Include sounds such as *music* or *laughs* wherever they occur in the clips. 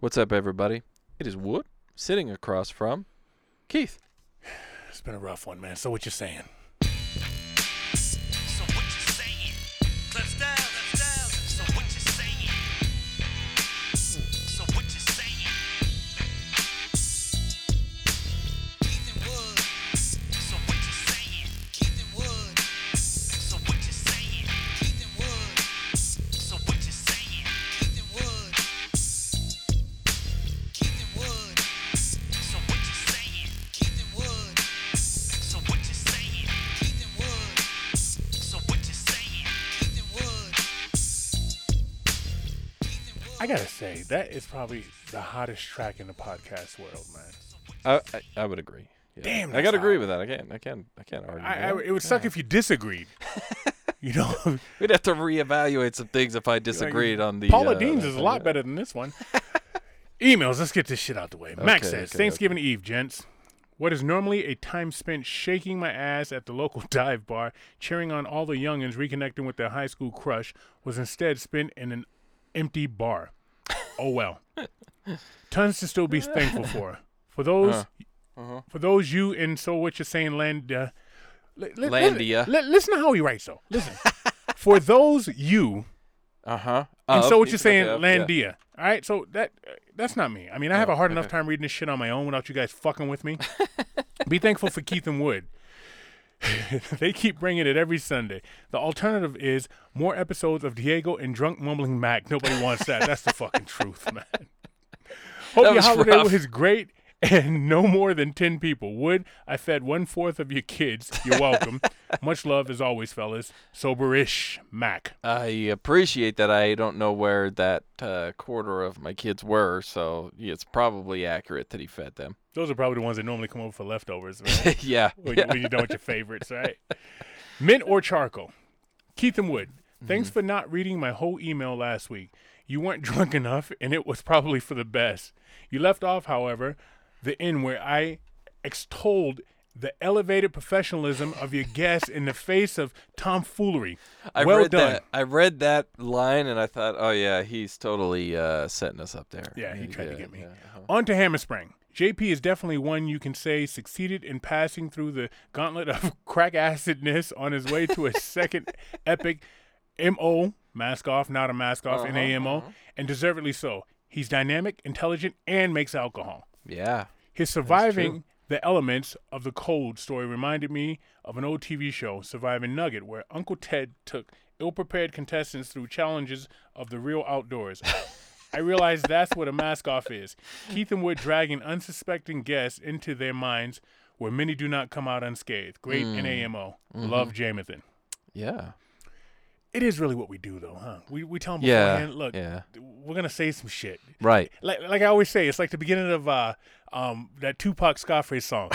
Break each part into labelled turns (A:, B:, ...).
A: What's up, everybody? It is Wood sitting across from Keith.
B: It's been a rough one, man. So what you saying?
C: So what you saying? Clips down, clips down. So what you saying? So what you saying? Keith and Wood. So what you saying? Keith and Wood. So what you saying? Keith and Wood. So what you saying? Keith and Wood. Keith and Wood. So what you saying? Keith and Wood. So what you saying? Keith and Wood. So what you saying? Keith and Wood. Keith and Wood.
B: I gotta say that is probably the hottest track in the podcast world, man.
A: I I, I would agree. Yeah.
B: Damn,
A: I
B: that's
A: gotta agree
B: hot.
A: with that. I can't. I can't. I can't argue.
B: I, I,
A: with that.
B: it would suck if you disagreed. you know,
A: *laughs* We'd have to reevaluate some things if I disagreed on the.
B: Paula
A: uh,
B: Dean's is a
A: *laughs*
B: lot
A: yeah.
B: better than this one. Emails. Let's get this shit out the way. Max
A: Okay,
B: says
A: okay,
B: Thanksgiving Eve, gents. What is normally a time spent shaking my ass at the local *laughs* dive bar, cheering on all the youngins reconnecting with their high school crush, was instead spent in an
A: *laughs*
B: empty bar. Oh well. Tons to still
A: *laughs*
B: be thankful for. For those,
A: Uh-huh.
B: for those you in so what you're saying, land. Uh, li- li-
A: Landia.
B: li- listen to how he writes though. Listen. for those you
A: Uh-huh.
B: and
A: Of-
B: so what
A: okay,
B: you're
A: of,
B: saying,
A: yeah. Oh,
B: Landia. All right, so that uh, that's not me. I mean, I have a hard enough time reading this shit on my own without you guys fucking
A: *laughs*
B: with me. Be thankful for Keith and Wood. *laughs* they keep bringing it every Sunday. The alternative is more episodes of Diego and drunk mumbling Mac. Nobody wants that. That's
A: *laughs*
B: the fucking truth, man. Hope your
A: was
B: holiday
A: rough.
B: was great and *laughs* no more than 10 people. Wood, I fed one fourth of your kids.
A: *laughs*
B: You're welcome. Much love as always, fellas. Soberish Mac.
A: I appreciate that. I don't know where that uh, quarter of my kids were, so it's probably accurate that he fed them. *laughs*
B: Those are probably the ones that normally come over for leftovers, right?
A: yeah.
B: when, you, when you're done with your
A: *laughs*
B: favorites, right? Mint or charcoal? Keith and Wood,
A: Mm-hmm.
B: thanks for not reading my whole email last week. You weren't *laughs* drunk enough, and it was probably for the best. You left off, however, the end where I extolled the elevated professionalism of your guests in the face of tomfoolery.
A: I
B: well
A: read
B: done.
A: that. I read that line and I thought, oh yeah, he's totally uh, setting us up there.
B: Yeah, he tried to get me.
A: yeah, uh-huh.
B: On to Hammerspring. JP is definitely one you can say succeeded in passing through the gauntlet of *laughs* crack acidness on his way
A: *laughs*
B: to a second epic MO, mask off, not a mask off,
A: Uh-huh,
B: in NAMO, and deservedly so. He's dynamic, intelligent, and makes alcohol.
A: Yeah.
B: His surviving the elements of the cold story reminded me of an old TV show, Surviving Nugget, where Uncle Ted took ill prepared contestants through challenges of the real outdoors. I realize that's what a mask off is. Keith and Wood dragging unsuspecting guests into their minds where many do not come out unscathed. Great
A: Hmm.
B: NAMO.
A: Mm-hmm.
B: Love Jamathan.
A: Yeah.
B: It is really what we do, though, huh? We, we tell them
A: Yeah,
B: beforehand, look,
A: yeah.
B: we're going to say some shit *laughs*
A: Right.
B: like like I always say, it's like the beginning of uh, um, that Tupac
A: *laughs*
B: Scarface song.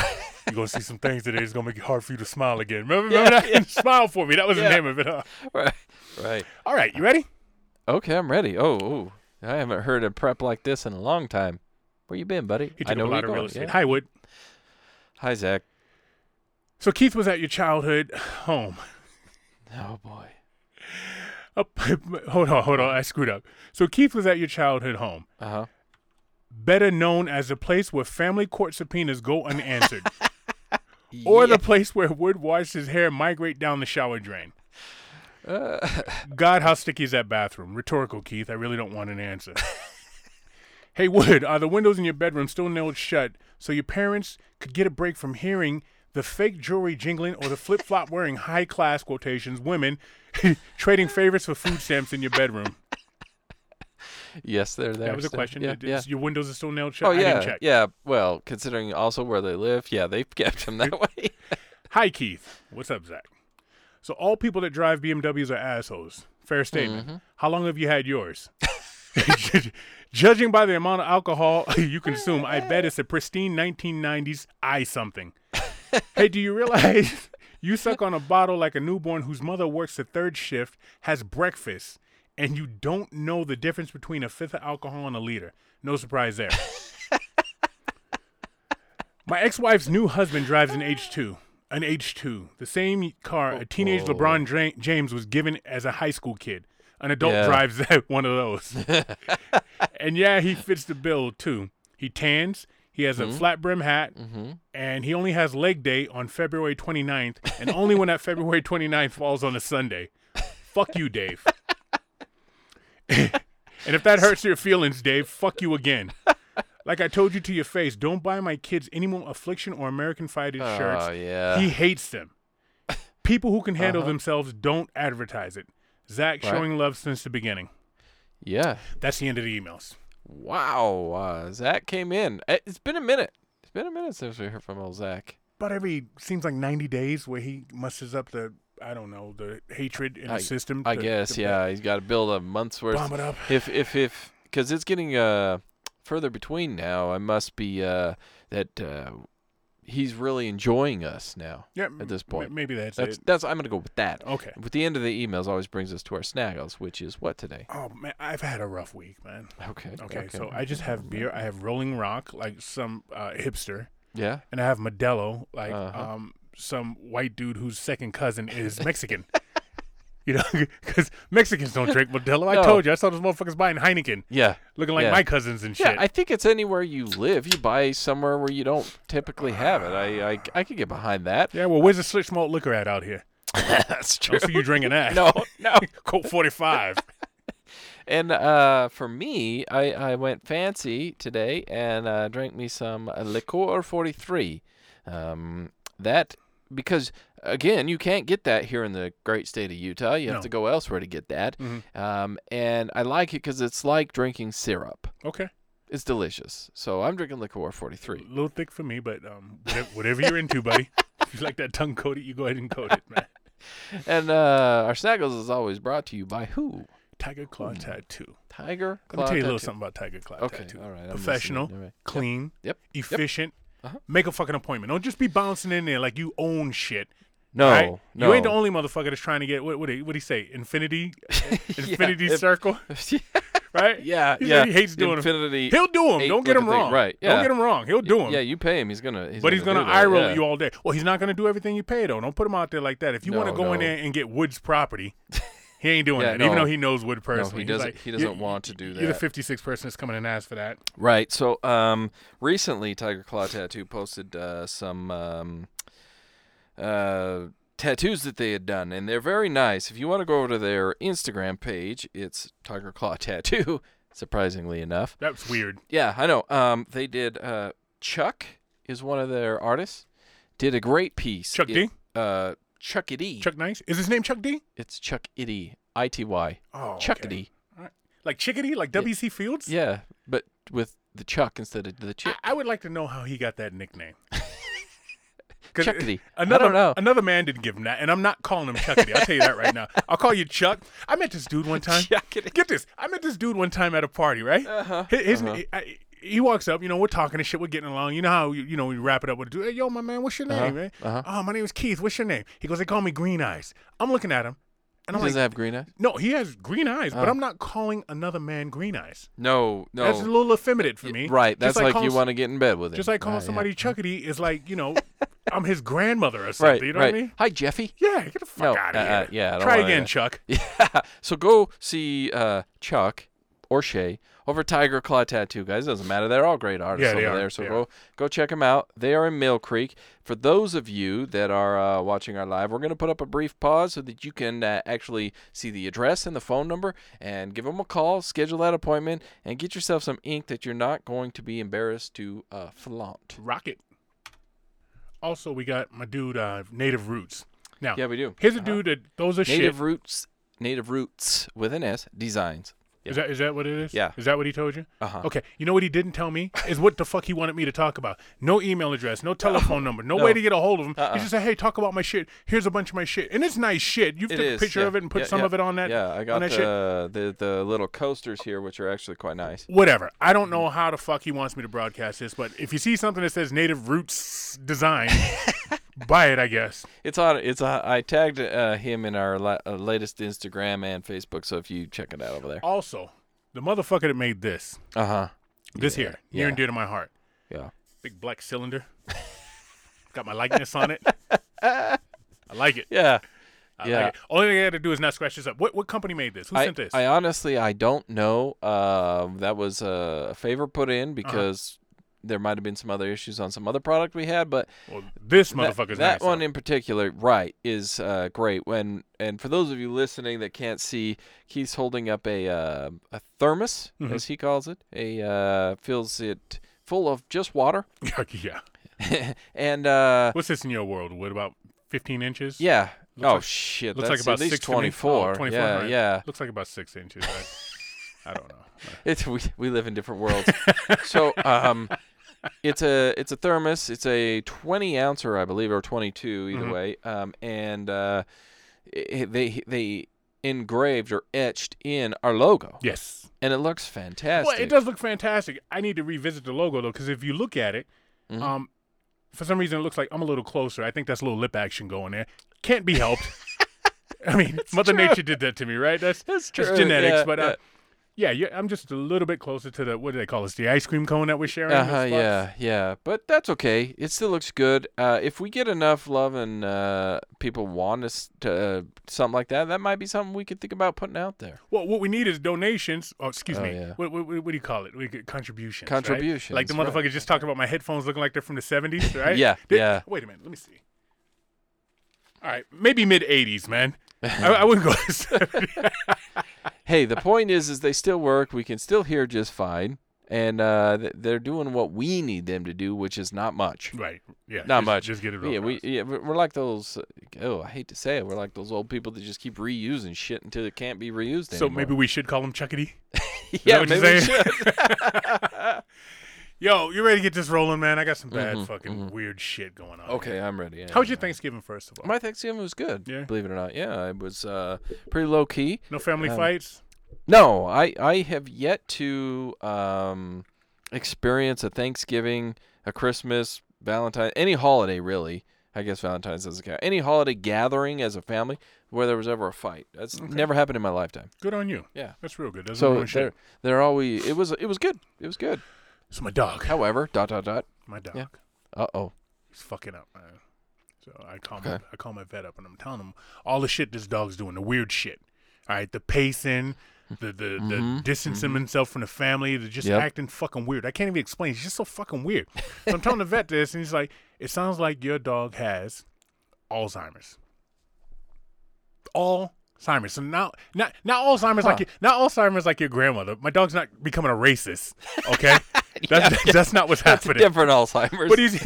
B: You're gonna see some things today. It's gonna make it hard for you to smile again. Remember, remember that? *laughs* smile for me. That was
A: Yeah.
B: the name of it. Huh?
A: Right. Right.
B: All right, you ready?
A: Okay, I'm ready. Oh, ooh. I haven't heard a prep like this in a long time. Where you been, buddy?
B: He
A: I
B: took
A: know
B: up a
A: where
B: lot
A: you're
B: of real
A: going,
B: estate.
A: yeah.
B: Hi, Wood.
A: Hi, Zach.
B: So Keith was at your childhood home.
A: Oh boy.
B: Up, *laughs* hold on, hold on. I screwed up. So Keith was at your childhood home,
A: Uh huh.
B: better known as the place where family court subpoenas go unanswered, or the place where Wood watched his hair migrate down the shower drain.
A: Uh. *laughs*
B: God, how sticky is that bathroom? Rhetorical, Keith. I really don't want an answer. *laughs* hey, Wood, are the windows in your bedroom still nailed shut so your parents could get a break from hearing the fake jewelry jingling or the flip flop wearing high class quotations women *laughs* trading favors for food stamps in your bedroom?
A: Yes, they're there.
B: That was a
A: still.
B: question.
A: Yeah.
B: It-
A: yeah.
B: it's- Your windows are still nailed shut?
A: Oh
B: I
A: yeah.
B: didn't check.
A: Yeah. Well, considering also where they live, yeah, they've *laughs* kept them that way.
B: Hi, Keith. What's up, Zach? So, all people that drive BMWs are assholes. Fair statement. How long have you had yours? *laughs* Judging by the amount of alcohol *laughs* you consume, I bet it's a pristine 1990s I something. hey, do you realize *laughs* you suck on a bottle like a newborn whose mother works the third shift, has breakfast, and you don't know the difference between a fifth of alcohol and a liter? No surprise there. My ex-wife's new husband drives an H2, an H2, the same car a teenage LeBron Dra- James was given as a high school kid. An adult *laughs*
A: Yeah.
B: drives that one of those. and yeah, he fits the bill too. He tans, he has a flat brim hat, and he only has leg day on February 29th, and only when that February 29th falls on a Sunday. Fuck you, Dave. *laughs* and if that hurts your feelings, Dave, fuck you again. Like I told you to your face, don't buy my kids any more affliction or American fighting shirts.
A: Oh yeah. Uh-huh.
B: He hates them. People who can handle themselves don't advertise it. Zach
A: Right.
B: showing love since the beginning.
A: yeah.
B: That's the end of the emails.
A: Wow. Uh, Zach came in. Eh, It's been a minute. It's been a minute since we heard from old Zach.
B: About every seems like ninety days where he musters up the I don't know the hatred in
A: I-
B: the system.
A: I
B: to-
A: guess.
B: to
A: yeah. He's got to build a month's worth.
B: bomb it up.
A: if if if because it's getting uh further between now. I must be uh that uh he's really enjoying us now.
B: Yeah,
A: at this
B: m-
A: point.
B: maybe that's,
A: That's
B: it.
A: that's I'm gonna go with that.
B: Okay.
A: With the end of the emails always brings us to our snaggles, which is what today.
B: Oh man, I've had a rough week, man.
A: Okay.
B: Okay, so I just have beer. I have Rolling Rock, like some uh, hipster,
A: yeah.
B: and I have Modelo, like
A: Uh-huh.
B: um, some white dude whose second cousin is Mexican. *laughs* you know, because Mexicans don't drink Modelo. I
A: No.
B: told you, I saw those motherfuckers buying Heineken,
A: Yeah.
B: looking like
A: Yeah.
B: my cousins and shit.
A: Yeah, I think it's anywhere you live. You buy somewhere where you don't typically have it. I I, I could get behind that.
B: yeah, well, where's the slick malt liquor at out here?
A: *laughs* That's
B: I
A: true.
B: don't see you drinking that.
A: *laughs*
B: *laughs*
A: No, no.
B: Colt 45.
A: And uh, for me, I, I went fancy today and uh, drank me some uh, liqueur 43. Um, that because again, you can't get that here in the great state of Utah. You have
B: No. Mm-hmm.
A: to go elsewhere to get that. Um, and I like it because it's like drinking syrup.
B: okay.
A: It's delicious. So I'm drinking liqueur
B: A
A: 43.
B: little thick for me, but um, whatever, whatever you're into, buddy. If you like that tongue coated, you go ahead and coat it, man. Mm.
A: And uh, our Snaggles is always brought to you by who?
B: Tiger Claw Tattoo.
A: Tiger.
B: Let me tell you
A: Hmm. Claw
B: a little
A: Tattoo.
B: something about Tiger Claw
A: Okay,
B: Tattoo.
A: all right, I'm listening,
B: Professional,
A: all right. Yep,
B: clean,
A: yep, yep. Uh-huh.
B: efficient. Make a fucking appointment. Don't just be bouncing in there like you own shit.
A: No,
B: right?
A: no.
B: You ain't
A: *laughs*
B: the only motherfucker that's trying to get what what he what he say? Infinity, infinity
A: *laughs* if-
B: circle, *laughs* right?
A: yeah,
B: He
A: yeah.
B: said He hates doing them.
A: Infinity.
B: He'll do them.
A: eight
B: Don't get
A: looking
B: him
A: thing,
B: wrong.
A: right, yeah.
B: Don't get him wrong. He'll do them.
A: Yeah, you pay him. He's gonna. He's
B: but he's
A: gonna,
B: gonna
A: do
B: eye
A: that,
B: roll
A: yeah.
B: you all day. Well, he's not gonna do everything you pay though. Don't put him out there like that. If you want to
A: No,
B: go in
A: no.
B: there and get Wood's property, he ain't doing
A: Yeah,
B: that. Even
A: no.
B: though he knows Wood
A: No,
B: personally,
A: he
B: He's
A: doesn't.
B: like,
A: he
B: "You-
A: doesn't want to do
B: You're the
A: that.
B: 56 person that's coming and ask for that.
A: right. So, um, recently Tiger Claw Tattoo posted uh, some um, uh, tattoos that they had done, and they're very nice. If you want to go over to their Instagram page, it's Tiger Claw *laughs* Tattoo. Surprisingly enough,
B: That's weird.
A: yeah, I know. Um, they did. Uh, Chuck is one of their artists. Did a great piece.
B: Chuck
A: It-
B: D?
A: Uh, Chuck Itty.
B: Chuck Nice is his name. Chuck D.
A: It's Chuck Itty. I T Y.
B: Oh,
A: Chuck E
B: okay.
A: Itty.
B: Like chickadee, like W. C. Fields.
A: Yeah, but with the Chuck instead of the
B: *laughs* I,
A: chick.
B: I would like to know how he got
A: *laughs*
B: that nickname. 'Cause
A: Chuckity. I
B: Another,
A: don't know.
B: Another man didn't give him that, and I'm not calling him Chuckity. I'll tell you that right now. I'll call you Chuck. I met this dude
A: *laughs*
B: one time.
A: Chuckity.
B: *laughs* Get this. I met this dude one time at a party, right? Uh-huh. His, I, he walks up, you know, we're talking and shit, we're getting along. You know how, you, you know, we wrap it up with a dude. Hey, yo, my man, what's your name, man?
A: uh-huh.
B: Oh, my name is Keith. What's your name? He goes, they call me Green Eyes. I'm looking at him, and
A: He
B: I'm like,
A: doesn't have green eyes.
B: no, he has green eyes, but I'm not calling another man Green Eyes.
A: No, no.
B: That's a little effeminate for me.
A: right.
B: Just
A: That's like,
B: calling
A: you
B: s-
A: want to get in bed with him.
B: Just like calling
A: Right, Ah, yeah.
B: somebody Chuckity is like, you
A: *laughs*
B: know, I'm his grandmother or something.
A: Right.
B: you know
A: right.
B: what I mean?
A: Hi, Jeffy.
B: Yeah, get the fuck
A: No,
B: out of
A: uh-uh,
B: here.
A: yeah, I don't
B: Try
A: wanna-
B: again, Chuck.
A: Yeah. *laughs* So go see uh, Chuck or Shay over Tiger Claw Tattoo, guys. doesn't matter. They're all great artists
B: Yeah, they
A: over
B: are.
A: there. So
B: They
A: go go check them out. They are in Mill Creek. For those of you that are uh, watching our live, we're going to put up a brief pause so that you can uh, actually see the address and the phone number and give them a call, schedule that appointment, and get yourself some ink that you're not going to be embarrassed to uh, flaunt.
B: Rocket. Also, we got my dude, uh, Native Roots. Now,
A: Yeah, we do.
B: here's a dude that those are shit.
A: Native Roots, Native Roots with an S, designs.
B: Is that is that what it is?
A: Yeah.
B: Is that what he told you?
A: Uh-huh.
B: Okay. You know what he didn't tell me is what the fuck he wanted me to talk about. No email address,
A: *laughs*
B: no telephone number, no, way to get a hold of him.
A: Uh-uh.
B: He just said, "Hey, talk about my shit. Here's a bunch of my shit, and it's nice shit. You
A: It
B: took a
A: is,
B: picture
A: yeah.
B: of it and put
A: Yeah,
B: some
A: yeah.
B: of it on that.
A: Yeah, I got
B: on that shit.
A: the, the the little coasters here, which are actually quite nice.
B: whatever. I don't know
A: Mm.
B: how the fuck he wants me to broadcast this, but if you see something that says Native Roots
A: *laughs*
B: Design, buy it, I guess.
A: It's on. It's on, I tagged uh, him in our la- uh, latest Instagram and Facebook. So if you check it out over there,
B: Also, the motherfucker that made this,
A: uh huh.
B: this here, near and dear to my heart,
A: Yeah.
B: big black *laughs* cylinder, got my likeness on it. I like it.
A: Yeah.
B: I
A: Yeah.
B: Like it. Only thing I had to do is not scratch this up. What what company made this? Who
A: I,
B: sent this?
A: I honestly I don't know. Um, that was uh, a favor put
B: Uh-huh.
A: in because there might have been some other issues on some other product we had, but
B: well, this
A: that,
B: motherfucker's
A: that
B: nice,
A: one
B: *laughs* though.
A: in particular, right, is uh, great. When and for those of you listening that can't see, Keith's holding up a uh, a thermos,
B: Mhm.
A: as he calls it, a uh, fills it full of just water,
B: yeah.
A: and uh,
B: What's this in your world? What about 15 inches?
A: yeah.
B: Looks
A: oh
B: like-
A: shit!
B: looks
A: that's
B: like about
A: at least
B: six to me. Oh,
A: 24.
B: 24,
A: yeah,
B: right.
A: yeah.
B: Looks like about six inches. Right? I don't know.
A: *laughs* It's we, we live in different
B: *laughs*
A: worlds. so um, it's a it's a thermos. It's a twenty ouncer, I believe, or twenty two. Either
B: Mhm.
A: way, um, and uh, i i- they they engraved or etched in our logo,
B: Yes.
A: and it looks fantastic.
B: Well, it does look fantastic. I need to revisit the logo though, because if you look at it,
A: Mhm.
B: um, for some reason it looks like I'm a little closer. I think that's a little lip action going there. Can't be
A: *laughs*
B: helped. I mean, Mother
A: true.
B: Nature did that to me, right? That's
A: That's
B: that's
A: true,
B: genetics,
A: yeah,
B: but
A: yeah.
B: uh, yeah, you I'm just a little bit closer to the what do they call this? The ice cream cone that we're sharing. in
A: Uh
B: this
A: huh.
B: box?
A: Yeah. Yeah. But that's okay. It still looks good. Uh, if we get enough love and uh, people want us to uh, something like that, that might be something we could think about putting out there.
B: Well, what we need is donations. Oh, excuse
A: Oh,
B: me.
A: yeah.
B: What, what, what do you call it? We get contributions. right?
A: Contributions,
B: Like the
A: right.
B: motherfucker just talked about my headphones looking like they're from the
A: *laughs*
B: seventies, right?
A: Yeah,
B: Did-
A: yeah.
B: Wait a minute. Let me see. All right, maybe mid eighties, man. I, I wouldn't go.
A: *laughs*
B: to 70.
A: hey, the point is, is they still work. We can still hear just fine, and uh, th- they're doing what we need them to do, which is not much.
B: *laughs* right. Yeah.
A: Not
B: just,
A: much.
B: Just get it.
A: Yeah,
B: over
A: we
B: with.
A: yeah we- we're like those. Oh, I hate to say it, we're like those old people that just keep reusing shit until it can't be reused
B: So
A: anymore.
B: maybe we should call him
A: *laughs* we,
B: Chuckity. that
A: yeah,
B: what you're
A: maybe we
B: saying?
A: should.
B: Yo, you ready to get this rolling, man? I got some bad
A: Mhm,
B: fucking
A: mhm.
B: weird shit going on.
A: okay, I'm ready. yeah,
B: How was your
A: yeah.
B: Thanksgiving, first of all?
A: My Thanksgiving was good.
B: Yeah?
A: Believe it or not, yeah, it was uh, pretty low key.
B: no family
A: um,
B: fights.
A: No, I I have yet to um experience a Thanksgiving, a Christmas, Valentine, any holiday really. I guess Valentine's doesn't count. Any holiday gathering as a family where there was ever a fight. That's never happened in my lifetime.
B: Good on you.
A: Yeah.
B: That's real good. Doesn't
A: So
B: ruin
A: they're,
B: shit.
A: they're always it was it was good. It was good.
B: So my dog.
A: However, dot dot dot.
B: My dog.
A: Yeah. Uh oh.
B: He's fucking up, man. So I call my
A: Okay.
B: I call my vet up and I'm telling him all the shit this dog's doing, the weird shit. All right, the pacing, the the, the
A: Mhm,
B: distancing himself from the family, the just
A: Yep.
B: acting fucking weird. I can't even explain. He's just so fucking weird. So I'm telling the vet this, and he's like, "It sounds like your dog has Alzheimer's." Alzheimer's. So now, not not Alzheimer's like your, not Alzheimer's like your grandmother. My dog's not becoming a racist.
A: *laughs*
B: Okay, that's that's not what's happening.
A: Different Alzheimer's.
B: But he's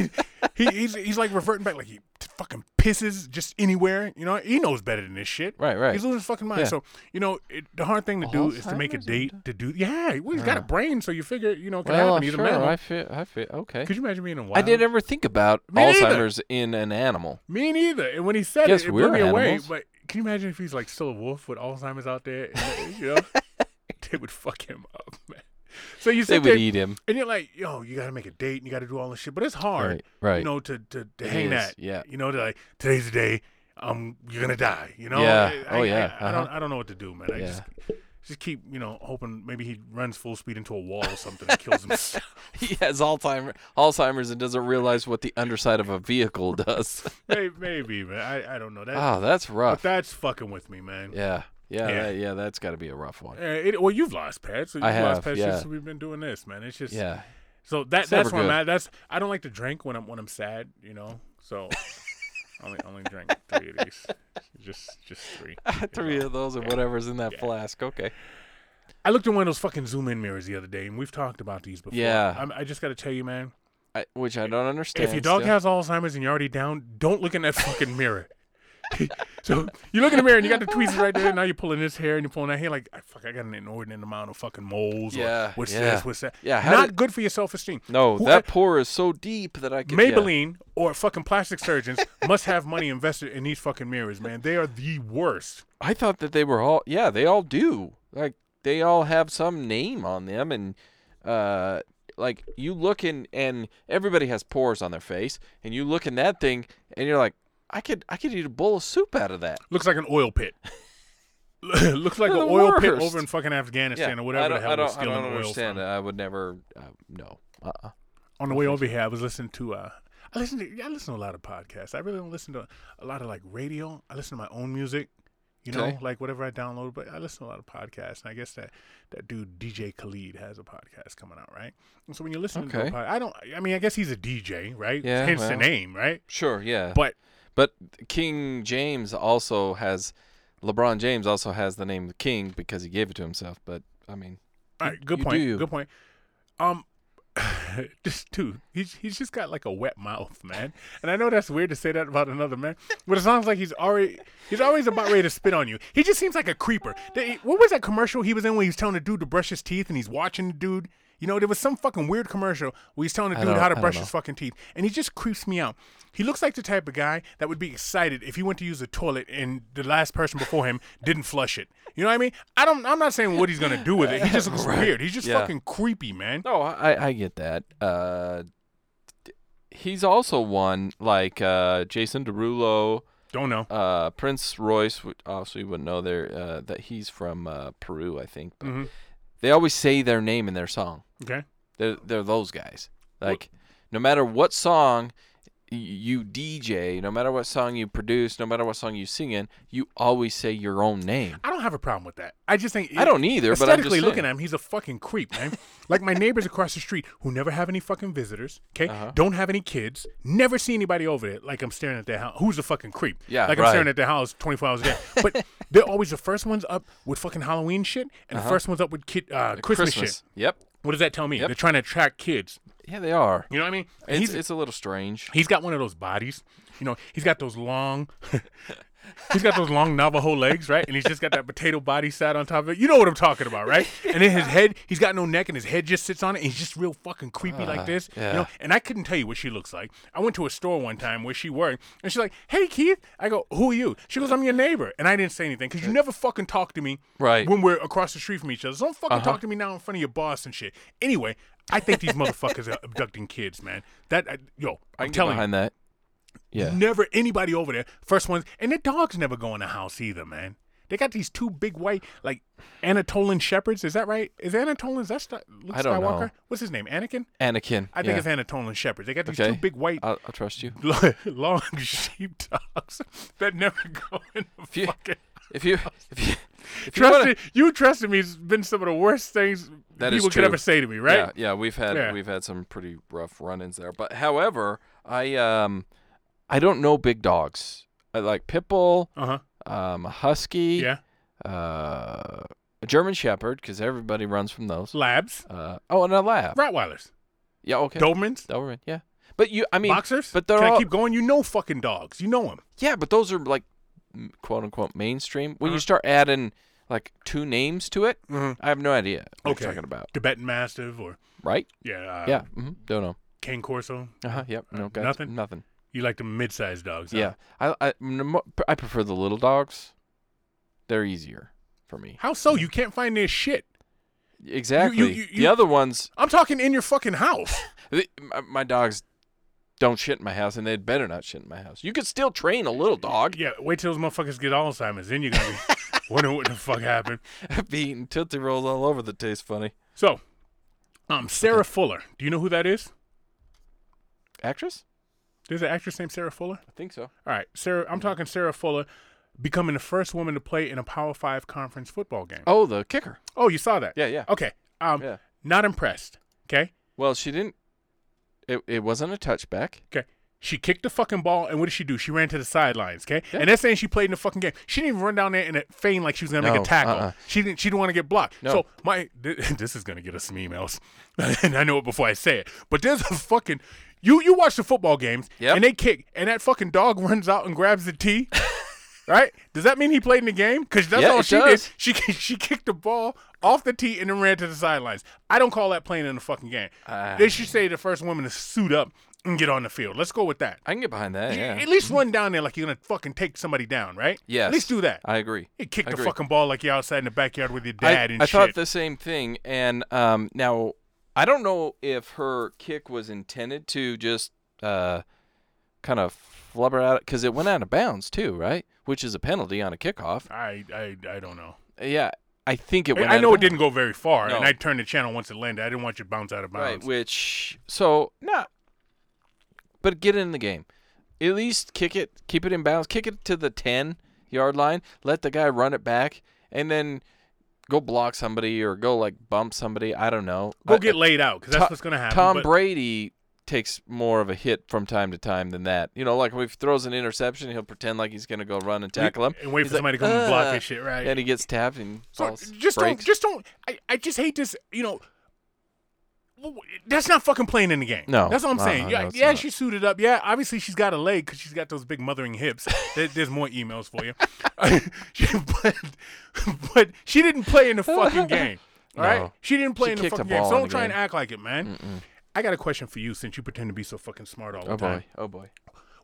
B: he, he's he's like reverting back, like he t- fucking pisses just anywhere. You know, he knows better than this shit.
A: Right, right.
B: He's losing his fucking mind.
A: Yeah.
B: So you know, it, the hard thing to do is to make a
A: Alzheimer's or
B: date to do. Yeah, well, he's got a brain, so you figure you know it can
A: well,
B: happen. He's
A: sure,
B: a mammal.
A: I feel I feel okay.
B: Could you imagine being a wild?
A: I didn't ever think about
B: Me neither.
A: Alzheimer's in an animal.
B: Me neither. And when he said
A: Guess
B: it, it
A: we're
B: blew me away.
A: animals.
B: But can you imagine if he's like still a wolf with Alzheimer's out there? And,
A: *laughs*
B: you know, they would fuck him up, man. So you
A: They
B: sit
A: would
B: there,
A: eat him.
B: and you're like, yo, you got to make a date and you got to do all this shit, but it's hard.
A: Right, right.
B: you know, to to, to
A: It
B: hang
A: is,
B: that.
A: yeah.
B: You know, to like today's the day. Um, you're gonna die. You know.
A: Yeah.
B: I- I-
A: Oh, yeah.
B: I, I don't.
A: Uh-huh.
B: I don't know what to do, man. I
A: Yeah.
B: just just keep you know hoping maybe he runs full speed into a wall or something and
A: *laughs*
B: kills himself.
A: he has Alzheimer, Alzheimer's and doesn't realize what the underside of a vehicle
B: *laughs*
A: does.
B: maybe, maybe, man. I, I don't know that.
A: oh, that's
B: but
A: rough.
B: that's fucking with me, man.
A: yeah, yeah,
B: Yeah.
A: yeah, that, yeah. That's got to be a rough one.
B: Uh, it, well, you've lost pets. So you've
A: I
B: lost
A: have,
B: pets
A: yeah.
B: since we've been doing this, man. It's just
A: Yeah,
B: So that
A: It's
B: that's
A: never
B: where I'm
A: good.
B: at. That's I don't like to drink when I'm when I'm sad, you know. So *laughs* only only drink three of these. Just just three.
A: *laughs* three of those or whatever's in that flask. Okay.
B: I looked in one of those fucking zoom in mirrors the other day, and we've talked about these before.
A: Yeah.
B: I'm, I just got to tell you, man.
A: I, which I don't understand.
B: if your dog
A: still.
B: has Alzheimer's and you're already down, don't look in that fucking mirror. *laughs* so you look in the mirror and you got the tweezers right there. Now you're pulling this hair and you're pulling that hair. Like, "Ah, fuck, I got an inordinate amount of fucking moles. or
A: Yeah,
B: what's
A: yeah.
B: this? What's that?
A: Yeah, how
B: Not
A: did-
B: good for your self esteem.
A: no, that pore is so deep that I could. yeah.
B: Maybelline or fucking plastic surgeons *laughs* must have money invested in these fucking mirrors, man. They are the worst.
A: I thought that they were all. Yeah, they all do. Like they all have some name on them, and uh, like you look in, and everybody has pores on their face, and you look in that thing, and you're like, I could, I could eat a bowl of soup out of that.
B: Looks like an oil pit. *laughs* Looks like an
A: They're the
B: oil pit
A: worst.
B: over in fucking Afghanistan or
A: I
B: whatever the
A: don't-
B: hell
A: I don't,
B: they're stealing
A: I don't
B: oil
A: understand
B: from.
A: it. I would never. Uh, no. Uh-uh.
B: On the way over here, I was listening to. Uh, I listen to I listen to a lot of podcasts. I really don't listen to a lot of like radio. I listen to my own music, you know,
A: Okay.
B: like whatever I download. But I listen to a lot of podcasts, and I guess that that dude DJ Khalid has a podcast coming out, right? And so when you listen to a
A: Okay.
B: pod, I don't. I mean, I guess he's a DJ, right?
A: Yeah,
B: Hence the
A: well.
B: name, right?
A: Sure, yeah.
B: But
A: But King James also has LeBron James also has the name King because he gave it to himself. But I mean,
B: all right, good
A: you
B: point.
A: do.
B: Good point. Um. *sighs* Just dude, he's he's just got like a wet mouth, man. And I know that's weird to say that about another man, but it sounds like he's already he's always about ready to spit on you. He just seems like a creeper. They- what was that commercial he was in where he was telling the dude to brush his teeth and he's watching the dude? You know, there was some fucking weird commercial where he's telling the
A: I
B: dude
A: don't-
B: how to
A: I don't
B: brush
A: know.
B: his fucking teeth, and he just creeps me out. He looks like the type of guy that would be excited if he went to use the toilet and the last person before him *laughs* didn't flush it. You know what I mean? I don't. I'm not saying what he's gonna do with it. He just looks weird. He's just
A: Yeah.
B: fucking creepy, man.
A: no, I I get that. Uh, d- he's also one like uh, Jason Derulo,
B: Don't know.
A: uh, Prince Royce. wh- Also, you wouldn't know there uh, that he's from uh, Peru, I think. But
B: Mhm.
A: they always say their name in their song.
B: Okay.
A: They're they're those guys. Like no matter what song y- you DJ, no matter what song you produce, no matter what song you sing in, you always say your own name.
B: I don't have a problem with that. I just think
A: I don't either, but I'm
B: aesthetically
A: just
B: looking
A: saying.
B: at him, he's a fucking creep, man. like my neighbors across the street who never have any fucking visitors, okay,
A: Uh-huh.
B: don't have any kids, never see anybody over there. Like I'm staring at their house. Who's a fucking creep?
A: Yeah,
B: like I'm
A: right.
B: staring at their house 24 hours a day. But they're always the first ones up with fucking Halloween shit, and the first ones up with kid uh, Christmas, shit.
A: Uh-huh. Yep.
B: What does that tell me? They're trying to attract kids.
A: Yeah, they are.
B: You know what I mean? And
A: It's,
B: he's-
A: it's a little strange.
B: He's got one of those bodies. You know, he's got those long *laughs* He's got those long Navajo legs, right? And he's just got that potato body sat on top of it. You know what I'm talking about, right? And then his head, he's got no neck and his head just sits on it. And he's just real fucking creepy like this. You know,
A: Uh, yeah.
B: and I couldn't tell you what she looks like. I went to a store one time where she worked and she's like, Hey Keith. I go, Who are you? She goes, I'm your neighbor. And I didn't say anything because you never fucking talk to me
A: Right. Uh-huh.
B: when we're across the street from each other. So don't fucking talk to me now in front of your boss and shit. Anyway, I think these motherfuckers are abducting kids, man. That I,
A: I
B: yo, I'm
A: can get
B: telling you,
A: behind that. Yeah.
B: never anybody over there. First ones, and their dogs never go in the house either, man. They got these two big white, like Anatolian shepherds. Is that right? Is Anatolian? Is that Star- Luke
A: I don't know.
B: Skywalker? What's his name? Anakin?
A: Anakin.
B: I think
A: yeah.
B: it's Anatolian shepherds. They got these
A: Okay. Uh,
B: two big white,
A: I'll, I'll trust you.
B: *laughs* long sheep dogs *laughs* that never go in the
A: you-
B: fucking.
A: If you *laughs* if you if you
B: Trusted,
A: wanna-
B: you trusted me has been some of the worst things
A: That is
B: people could
A: true.
B: ever say to me, right?
A: Yeah, yeah, we've had
B: Yeah.
A: we've had some pretty rough run-ins there. But however, I um I don't know big dogs. I like pit bull,
B: Uh huh.
A: um husky,
B: Yeah.
A: uh a German shepherd cuz everybody runs from those.
B: Labs,
A: Uh oh, and a lab.
B: Rottweilers,
A: Yeah, okay.
B: Dobermans,
A: Doberman, yeah. But you I mean
B: boxers.
A: but they're
B: Can I
A: all
B: keep going? You know fucking dogs. You know them.
A: Yeah, but those are like m- quote unquote mainstream. When
B: Uh-huh.
A: you start adding like two names to it, I have no idea what
B: Okay.
A: you're talking about.
B: Tibetan Mastiff or
A: Right?
B: yeah, uh,
A: yeah. hmm Don't know.
B: Cane Corso.
A: Uh-huh. Yep. No, guys,
B: nothing?
A: Nothing.
B: You like the mid-sized dogs? huh?
A: Yeah, I, I n- mo- I prefer the little dogs. They're easier for me.
B: How so? You can't find their shit.
A: Exactly.
B: you-
A: the
B: you-
A: other ones,
B: I'm talking in your fucking house. *laughs*
A: the, my, my dogs don't shit in my house, and they'd better not shit in my house. You could still train a little dog. *laughs*
B: yeah. Wait till those motherfuckers get Alzheimer's, then you're gonna be wondering what the fuck happened.
A: Be eating tootsie rolls all over the taste funny.
B: So, um, Sarah Fuller. Do you know who that is?
A: Actress?
B: There's an actress named Sarah Fuller.
A: I think so.
B: All right, Sarah. I'm talking Sarah Fuller, becoming the first woman to play in a Power Five conference football game.
A: Oh, the kicker.
B: Oh, you saw that?
A: Yeah, yeah.
B: Okay. Um,
A: Yeah.
B: not impressed. Okay.
A: Well, she didn't. It, it wasn't a touchback.
B: Okay. She kicked the fucking ball, and what did she do? She ran to the sidelines. Okay, and that's saying she played in the fucking game. She didn't even run down there and feign like she was gonna make
A: No,
B: a tackle.
A: uh-uh.
B: She didn't. She didn't want to get blocked.
A: No.
B: So my *laughs* th- this is gonna get us some emails, *laughs* and I know it before I say it. But there's a fucking you you watch the football games,
A: Yep.
B: and they kick, and that fucking dog *laughs* runs out and grabs the tee. Right? Does that mean he played in the game? Because that's
A: Yeah,
B: all
A: it
B: she
A: does.
B: did. She *laughs* she kicked the ball off the tee and then ran to the sidelines. I don't call that playing in the fucking game.
A: Ah.
B: they should say the first woman to suit up and get on the field. Let's go with that.
A: I can get behind that. Yeah.
B: At least run down there like you're gonna fucking take somebody down, right?
A: Yes.
B: At least do that.
A: I agree.
B: You kick
A: I
B: the
A: agree.
B: fucking ball like you're outside in the backyard with your
A: I-
B: dad
A: I,
B: and shit.
A: thought the same thing. And um, now I don't know if her kick was intended to just uh, kind of flubber out because it went out of bounds too, right? Which is a penalty on a kickoff.
B: I, I I don't know.
A: Yeah, I think it went.
B: I, I
A: out
B: know
A: of
B: it didn't go very far, and
A: No.
B: I turned the channel once it landed. I didn't want you to bounce out of
A: bounds.
B: bounds.
A: right. Which so not. but get in the game. At least kick it, keep it in bounds, kick it to the 10 yard line, let the guy run it back, and then go block somebody or go like bump somebody. I don't know.
B: Go
A: I-
B: get laid out because that's
A: To-
B: what's going to happen.
A: Tom
B: but
A: Brady takes more of a hit from time to time than that. You know, like if he throws an interception, he'll pretend like he's going to go run and tackle him,
B: and wait
A: He's
B: for somebody
A: like,
B: to come and block
A: "Ugh,"
B: his shit, right?
A: and he gets tapped and
B: So
A: falls,
B: just
A: breaks.
B: don't, just don't. I, I just hate this. You know, well, that's not fucking playing in the game.
A: No,
B: that's what I'm
A: no,
B: saying.
A: no,
B: yeah,
A: no, it's
B: yeah,
A: not.
B: she suited up. Yeah, obviously she's got a leg because she's got those big
A: *laughs*
B: mothering hips. There- There's more emails for you. *laughs* She- but, but she didn't play in
A: *laughs*
B: the fucking game. All right,
A: No.
B: she didn't play
A: She
B: in the
A: kicked a
B: fucking game.
A: ball
B: So
A: in
B: don't
A: the
B: try and
A: game.
B: act like it, man. I got a question for you since you pretend to be so fucking smart all the
A: oh
B: time.
A: boy, oh boy.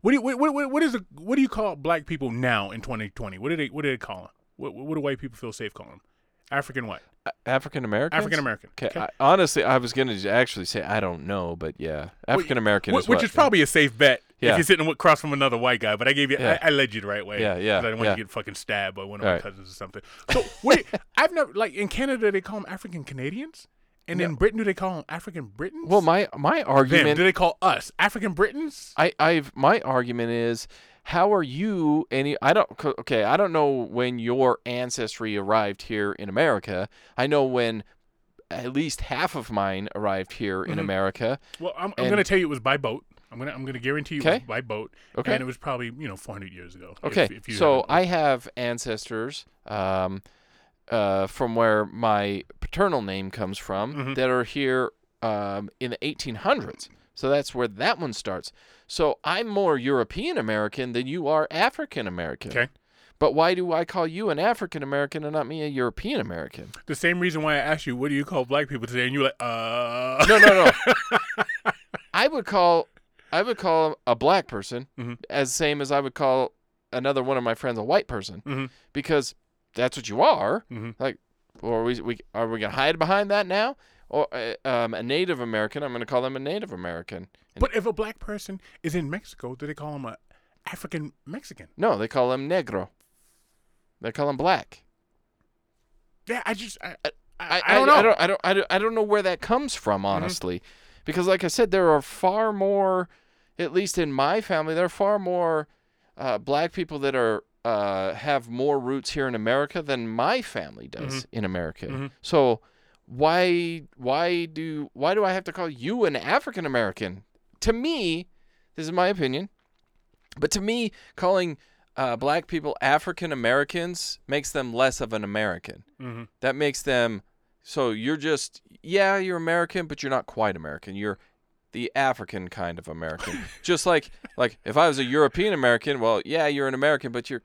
B: What do you, what, what, what is the, what do you call black people now in 2020? What do they what do they call them? What, what do white people feel safe calling them? African white,
A: African American.
B: African American.
A: Okay. I, honestly, I was going to actually say I don't know, but yeah, African American
B: which,
A: is
B: which
A: what-
B: is probably a safe bet
A: Yeah.
B: if you're sitting across from another white guy. But I gave you
A: Yeah.
B: I, I led you the right way.
A: Yeah, yeah,
B: 'cause I didn't want
A: yeah.
B: you to get fucking stabbed by one of
A: All
B: my
A: right.
B: cousins or something. So what? do you- I've never like in Canada they call them African Canadians, and in Britain do they call them African Britons?
A: Well, my my
B: Them,
A: argument
B: do they call us African Britons?
A: I, I've my argument is how are you any I don't co- okay I don't know when your ancestry arrived here in America I know when at least half of mine arrived here
B: Mm-hmm.
A: in America
B: Well, I'm, I'm
A: And-
B: going to tell you it was by boat. I'm gonna I'm gonna guarantee you it was
A: Okay.
B: by boat.
A: Okay.
B: And it was probably you know 400 years ago. if-
A: okay
B: If, you
A: so
B: haven't-
A: I have ancestors um uh from where my paternal name comes from
B: Mm-hmm.
A: that are here um in the 1800s so that's where that one starts so I'm more European American than you are African American
B: okay.
A: But why do I call you an African American and not me a European American?
B: The same reason why I asked you, what do you call black people today? And you're like, uh.
A: No, no, no. I would call I would call a black person
B: Mhm.
A: as same as I would call another one of my friends a white person
B: Mhm.
A: because that's what you are.
B: Mhm.
A: Like, or are we, we are we gonna hide behind that now? Or uh, um, a Native American, I'm gonna call them a Native American. And
B: *laughs* But if a black person is in Mexico, do they call him a African Mexican?
A: no, they call them negro. They call them black.
B: Yeah, I just I, I,
A: I,
B: I, don't know. Mm-hmm.
A: I don't, I don't, I don't, I don't know where that comes from, honestly, because like I said, there are far more, at least in my family, there are far more uh, black people that are uh, have more roots here in America than my family does
B: Mm-hmm.
A: in America. So why, why do, why do I have to call you an African American? To me, this is my opinion, but to me, calling uh, black people African Americans makes them less of an American.
B: Mhm.
A: That makes them so you're just yeah you're American, but you're not quite American. You're the African kind of American. just like like if I was a European American, well yeah you're an American, but you're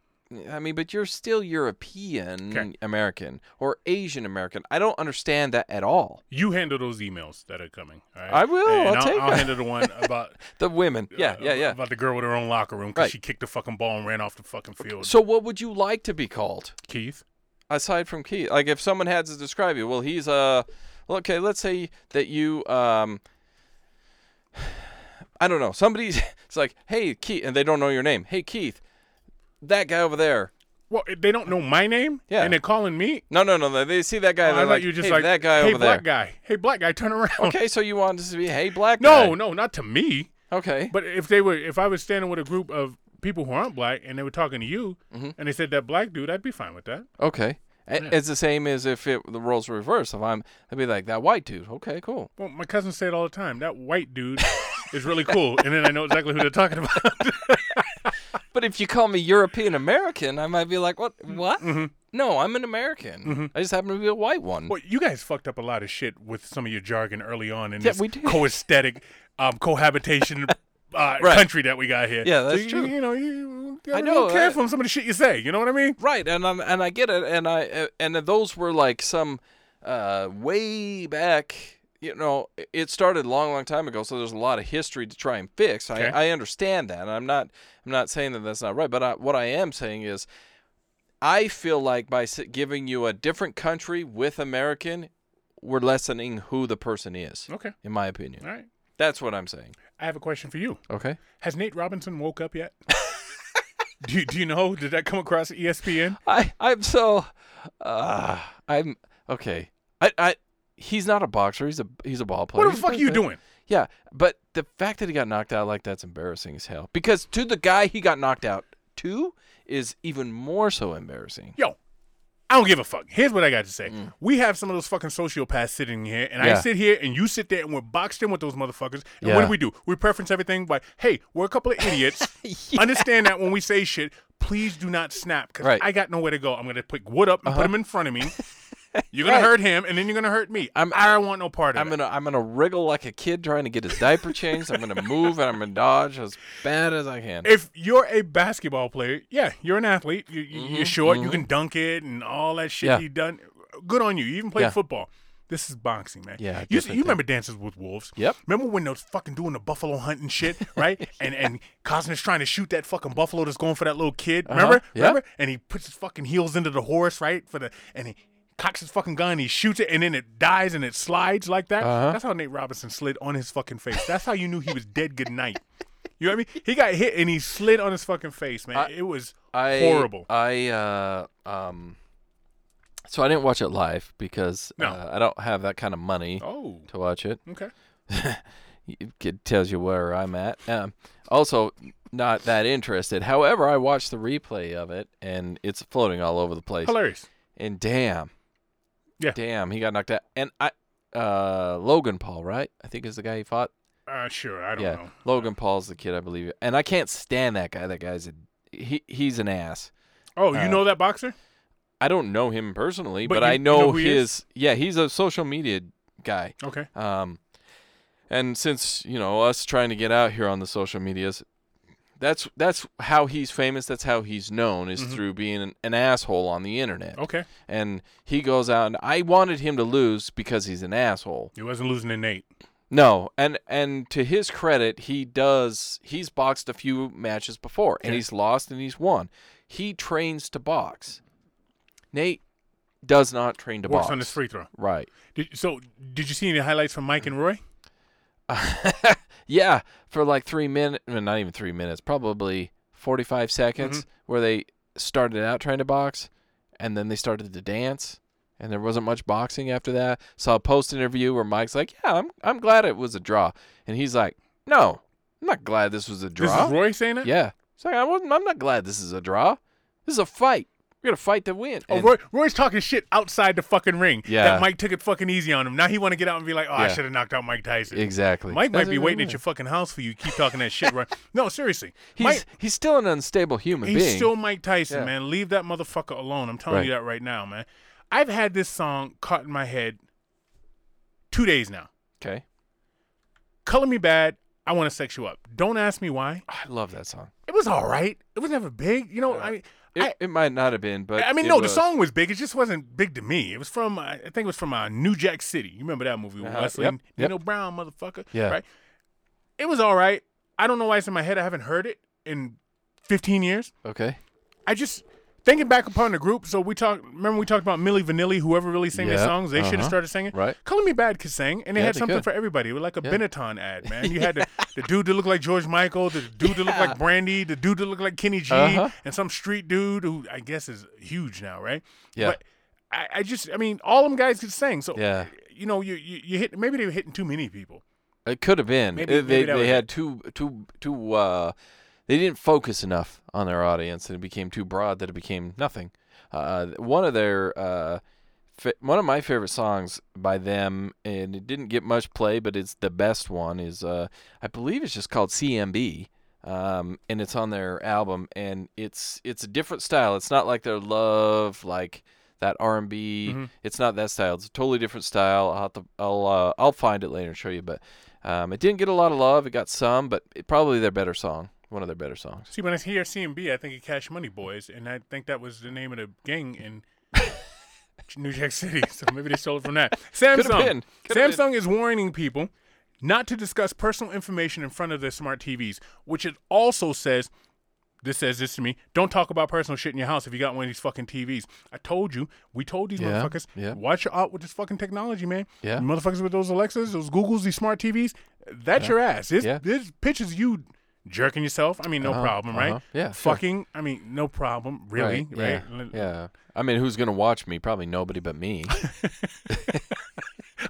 A: I mean, but you're still European
B: Okay.
A: American or Asian American. I don't understand that at all.
B: You handle those emails that are coming. All right?
A: I will,
B: And
A: I'll
B: I'll,
A: take
B: I'll
A: it.
B: handle
A: *laughs*
B: the one about uh,
A: The women, yeah, yeah, yeah.
B: about the girl with her own locker room because
A: Right.
B: she kicked the fucking ball and ran off the fucking field.
A: So, what would you like to be called?
B: Keith,
A: aside from Keith? Like if someone had to describe you, well, he's a well, okay. Let's say that you um. *sighs* I don't know. Somebody's *laughs* it's like, hey Keith, and they don't know your name. Hey Keith, that guy over there.
B: well, if they don't know my name,
A: Yeah.
B: and they're calling me.
A: No, no, no. They, they see that guy.
B: Oh, I
A: they're
B: thought
A: like,
B: you were just
A: hey,
B: like
A: that guy
B: hey,
A: over
B: black
A: there.
B: guy. Hey, black guy, turn around.
A: Okay, so you want this to be hey black
B: *laughs* No,
A: guy.
B: no, not to me.
A: Okay.
B: But if they were, if I was standing with a group of people who aren't black and they were talking to you
A: Mm-hmm.
B: and they said that black dude, I'd be fine with that.
A: Okay. A- It's the same as if it, the roles were reversed. If I'm, I'd be like that white dude. Okay, cool.
B: Well, my cousins say it all the time. That white dude is really cool,
A: *laughs*
B: and then I know exactly who they're talking about. *laughs*
A: But if you call me European American, I might be like, what?
B: Mm-hmm.
A: What? No, I'm an American. I just happen to be a white one.
B: well, you guys fucked up a lot of shit with some of your jargon early on in
A: Yeah,
B: this
A: we did.
B: coesthetic um,
A: *laughs*
B: cohabitation. Uh,
A: Right.
B: Country that we got here.
A: Yeah,
B: So
A: that's
B: you-
A: true.
B: You know, you, you
A: I
B: I
A: know,
B: know.
A: I-
B: Careful on some of the shit you say. You know what I mean?
A: Right, and i and I get it, and I uh, and those were like some uh, way back. You know, i- it started a long, long time ago, so there's a lot of history to try and fix.
B: Okay.
A: I, I understand that, and I'm not I'm not saying that that's not right, but I, what I am saying is, I feel like by s- giving you a different country with American, we're lessening who the person is.
B: Okay.
A: In my opinion,
B: All right.
A: that's what I'm saying.
B: I have a question for you.
A: Okay.
B: Has Nate Robinson woke up yet? *laughs* do, you, do you know? Did that come across E ESPN?
A: I I'm so uh, I'm okay. I I he's not a boxer. He's a he's a ball player.
B: What the
A: Oh, He's
B: fuck are
A: like
B: you
A: that.
B: doing?
A: Yeah, but the fact that he got knocked out like that's embarrassing as hell. Because to the guy he got knocked out to is even more so embarrassing.
B: Yo, I don't give a fuck. Here's what I got to say. We have some of those fucking sociopaths sitting here, and
A: Mm. Yeah.
B: I sit here and you sit there and we're boxed in with those motherfuckers. And
A: Yeah.
B: what do we do? We preference everything by, hey, we're a couple of
A: *laughs*
B: idiots. Understand that when we say shit, please do not snap because
A: Right. Uh-huh.
B: I got nowhere to go. I'm going to pick Wood up and put him in front
A: *laughs*
B: of me. You're going
A: Right.
B: to hurt him, and then you're going to hurt me.
A: I'm-
B: I'm, I do not want no part of
A: I'm
B: it.
A: gonna I'm gonna wriggle like a kid trying to get his diaper changed. I'm gonna move and I'm gonna dodge as bad as I can.
B: If you're a basketball player, yeah, you're an athlete. You, you, You're short. You can dunk it and all that shit
A: Mm-hmm. Yeah.
B: you done. Good on you. You even played
A: Yeah.
B: football. This is boxing, man.
A: Yeah,
B: you,
A: different
B: you remember Dances with Wolves?
A: Yep.
B: Remember when those fucking doing the buffalo hunt
A: *laughs*
B: and shit, right? and and Cosner's trying to shoot that fucking buffalo that's going for that little kid.
A: Uh-huh.
B: Remember?
A: Yeah.
B: Remember? And he puts his fucking heels into the horse, right? For the and he cocks his fucking gun, and he shoots it, and then it dies and it slides like that.
A: Uh-huh.
B: That's how Nate Robinson slid on his fucking face. That's how you knew he was dead good night. *laughs* You know what I mean? He got hit and he slid on his fucking face, man. it was
A: I,
B: horrible.
A: I uh um so I didn't watch it live because
B: No.
A: uh, I don't have that kind of money
B: oh,
A: to watch it.
B: okay.
A: It tells you where I'm at. Um, also, not that interested. However, I watched the replay of it, and it's floating all over the place.
B: Hilarious.
A: And damn,
B: Yeah.
A: damn, he got knocked out. And I, uh, Logan Paul, right? I think is the guy he fought.
B: Uh, sure, I don't
A: yeah,
B: know.
A: Logan Paul's the kid, I believe. And I can't stand that guy. That guy's a he. He's an ass.
B: Oh, you
A: Uh,
B: know that boxer?
A: I don't know him personally, but,
B: But you-
A: I
B: you know
A: know
B: who he
A: his.
B: is?
A: Yeah, he's a social media guy.
B: Okay.
A: Um, and since you know us trying to get out here on the social medias, that's that's how he's famous. That's how he's known
B: Mm-hmm.
A: is through being an, an asshole on the internet.
B: Okay.
A: And he goes out, and I wanted him to lose because he's an asshole.
B: He wasn't losing to Nate.
A: No, and and to his credit, he does. He's boxed a few matches before, and
B: Yeah.
A: he's lost and he's won. He trains to box. Nate does not train to
B: Works
A: box.
B: on his free throw.
A: Right.
B: Did, so, did you see any highlights from Mike and Roy?
A: yeah, for like three minutes, well, not even three minutes, probably 45 seconds,
B: Mm-hmm.
A: where they started out trying to box and then they started to dance. And there wasn't much boxing after that. Saw a post interview where Mike's like, Yeah, I'm, I'm glad it was a draw. And he's like, No, I'm not glad this was a draw.
B: This is Roy saying that.
A: Yeah. He's like, I wasn't, I'm not glad this is a draw. This is a fight. We're going to fight to win.
B: Oh,
A: And-
B: Roy, Roy's talking shit outside the fucking ring.
A: Yeah.
B: That Mike took it fucking easy on him. Now he want to get out and be like, oh, I
A: Yeah.
B: should have knocked out Mike Tyson.
A: Exactly.
B: Mike
A: That's
B: might be
A: what I
B: waiting at
A: mean.
B: your fucking house for you. Keep talking
A: *laughs*
B: that shit, Roy. No, seriously.
A: He's,
B: Mike,
A: he's still an unstable human
B: He's
A: being.
B: still Mike Tyson,
A: Yeah.
B: man. Leave that motherfucker alone. I'm telling you
A: Right.
B: that right now, man. I've had this song caught in my head two days now.
A: okay.
B: Color Me Bad, I Want to Sex You Up. Don't ask me why.
A: I love that song.
B: It was all right. It was never big. You know, I mean,
A: It,
B: I,
A: it might not have been, but
B: I mean,
A: it
B: no, the
A: was.
B: song was big. It just wasn't big to me. It was from, uh, I think it was from uh, New Jack City. You remember that movie with
A: Uh-huh.
B: Wesley
A: Yep.
B: and
A: Yep.
B: Nino Brown, motherfucker?
A: Yeah.
B: Right? It was all right. I don't know why it's in my head. I haven't heard it in 15 years.
A: Okay.
B: I just thinking back upon the group. So we talked. Remember we talked about Millie Vanilli. Whoever really sang
A: Yeah,
B: their songs, they should
A: uh-huh,
B: have started singing.
A: right.
B: Color Me Bad could sing, and they
A: Yeah,
B: had
A: they
B: something
A: could.
B: for everybody. It was like a
A: Yeah.
B: Benetton ad, man. You
A: *laughs*
B: had the, the dude that looked like George Michael, the dude that looked like Brandy, the dude that looked like Kenny G,
A: Uh-huh.
B: and some street dude who I guess is huge now, right?
A: Yeah.
B: But I, I just, I mean, all them guys could sing. So
A: Yeah.
B: you know, you you, you hit. Maybe they were hitting too many people.
A: It could have been.
B: Maybe-
A: Uh,
B: maybe
A: they
B: that
A: they
B: was
A: had too too too uh they didn't focus enough on their audience and it became too broad that it became nothing. Uh one of their uh fa- one of my favorite songs by them and it didn't get much play but it's the best one is uh I believe it's just called CMB. Um, and it's on their album, and it's it's a different style. It's not like their love, like that R and B. It's not that style. It's a totally different style. I'll have to, I'll uh, I'll find it later and show you. But um, it didn't get a lot of love. It got some, but it, probably their better song, one of their better songs.
B: See, when I hear CMB, I think of Cash Money Boys, and I think that was the name of the
A: *laughs*
B: gang in New Jack City. So maybe they stole it from that. Samsung.
A: been. *laughs* Coulda been.
B: Samsung is warning people not to discuss personal information in front of their smart TVs, which it also says. This says this to me. Don't talk about personal shit in your house if you got one of these fucking TVs. I told you. We told these
A: Yeah,
B: motherfuckers.
A: yeah.
B: Watch out with this fucking technology, man.
A: Yeah.
B: Motherfuckers with those Alexas, those Googles, these smart TVs. That's your ass. This,
A: Yeah.
B: this pictures you jerking yourself. I mean, no
A: Uh-huh,
B: problem,
A: uh-huh.
B: right?
A: Yeah, sure.
B: Fucking. I mean, no problem, really, right?
A: Yeah. yeah. I mean, who's gonna watch me? Probably nobody but me.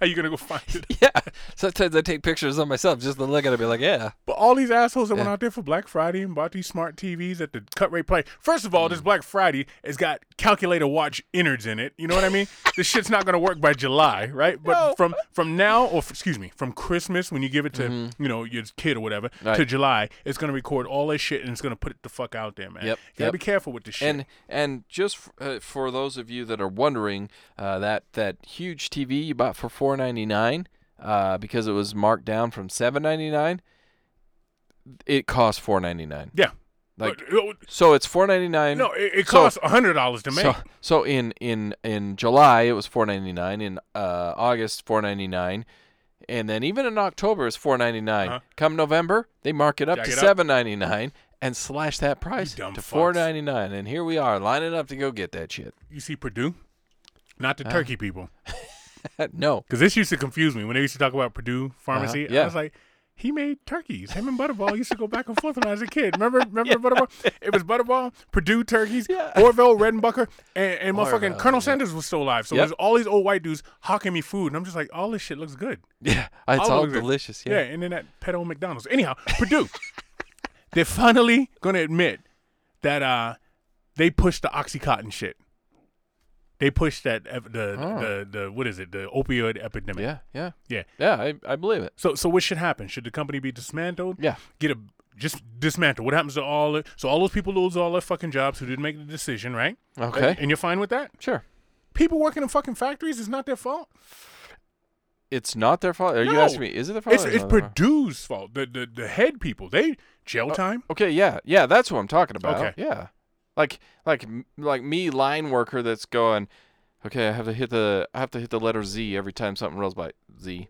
B: Are you gonna go find it?
A: *laughs* Yeah. Sometimes I take pictures of myself just to look at it and be like, yeah.
B: But all these assholes that went
A: Yeah.
B: out there for Black Friday and bought these smart TVs at the cut rate play. First of all,
A: Mm.
B: this Black Friday has got calculator watch innards in it. You know what I mean?
A: *laughs*
B: this shit's not gonna work by July, right? But from from now, or f- excuse me, from Christmas when you give it to you know your kid or whatever
A: Mm-hmm. Right.
B: to July, it's gonna record all this shit and it's gonna put it the fuck out there, man.
A: Yep,
B: You gotta
A: yep.
B: be careful with this shit.
A: And and just f- uh, for those of you that are wondering, uh, that that huge TV you bought for four ninety nine, uh, because it was marked down from seven ninety nine, it cost four ninety nine.
B: yeah,
A: Like
B: Uh,
A: so, it's four ninety nine.
B: no, it, it
A: so-
B: costs a hundred dollars to make.
A: So, so in in in July it was four ninety nine. In uh, August four ninety nine. And then even in October it's four ninety nine.
B: Uh-huh.
A: Come November they mark it up
B: Jack
A: to
B: it up.
A: seven ninety nine and slash that price
B: dumb
A: to
B: fucks.
A: four ninety nine. And here we are lining up to go get that shit. *laughs*
B: you see Purdue, not the
A: Uh-huh.
B: turkey people.
A: no,
B: Because this used to confuse me when they used to talk about Purdue Pharmacy.
A: Uh-huh, yeah.
B: I was like, he made turkeys. Him and Butterball used to go back and forth when I was a kid.
A: *laughs*
B: Remember, remember Butterball? It was Butterball, Purdue turkeys, Orville Redenbucker, and, and motherfucking
A: Orville,
B: Colonel Sanders was still alive. So
A: Yep.
B: there's all these old white dudes hawking me food, and I'm just like, all this shit looks good.
A: yeah, it's
B: All
A: all
B: looks good.
A: delicious.
B: Yeah, and then that pedo McDonald's. Anyhow,
A: *laughs*
B: Purdue, they're finally gonna admit that uh, they pushed the OxyContin shit. They pushed that ep- the, the the what is it the opioid epidemic.
A: Oh. yeah, yeah,
B: Yeah.
A: yeah. I, I believe it.
B: So so what should happen? Should the company be dismantled?
A: Yeah.
B: Get a just dismantle. What happens to all the, so all those people lose all their fucking jobs who didn't make the decision, right?
A: Okay,
B: And you're fine with that?
A: sure.
B: People working in fucking factories is not their fault.
A: It's not their fault. Are you
B: No.
A: asking me? Is it their fault?
B: it's
A: or
B: it's
A: not their fault?
B: Purdue's fault. The, the the head people they
A: Uh,
B: jail time.
A: Okay, yeah, yeah, that's what I'm talking about.
B: Okay.
A: Yeah, like, like, m- like me, line worker that's going. Okay, I have to hit the, I have to hit the letter Z every time something rolls by Z,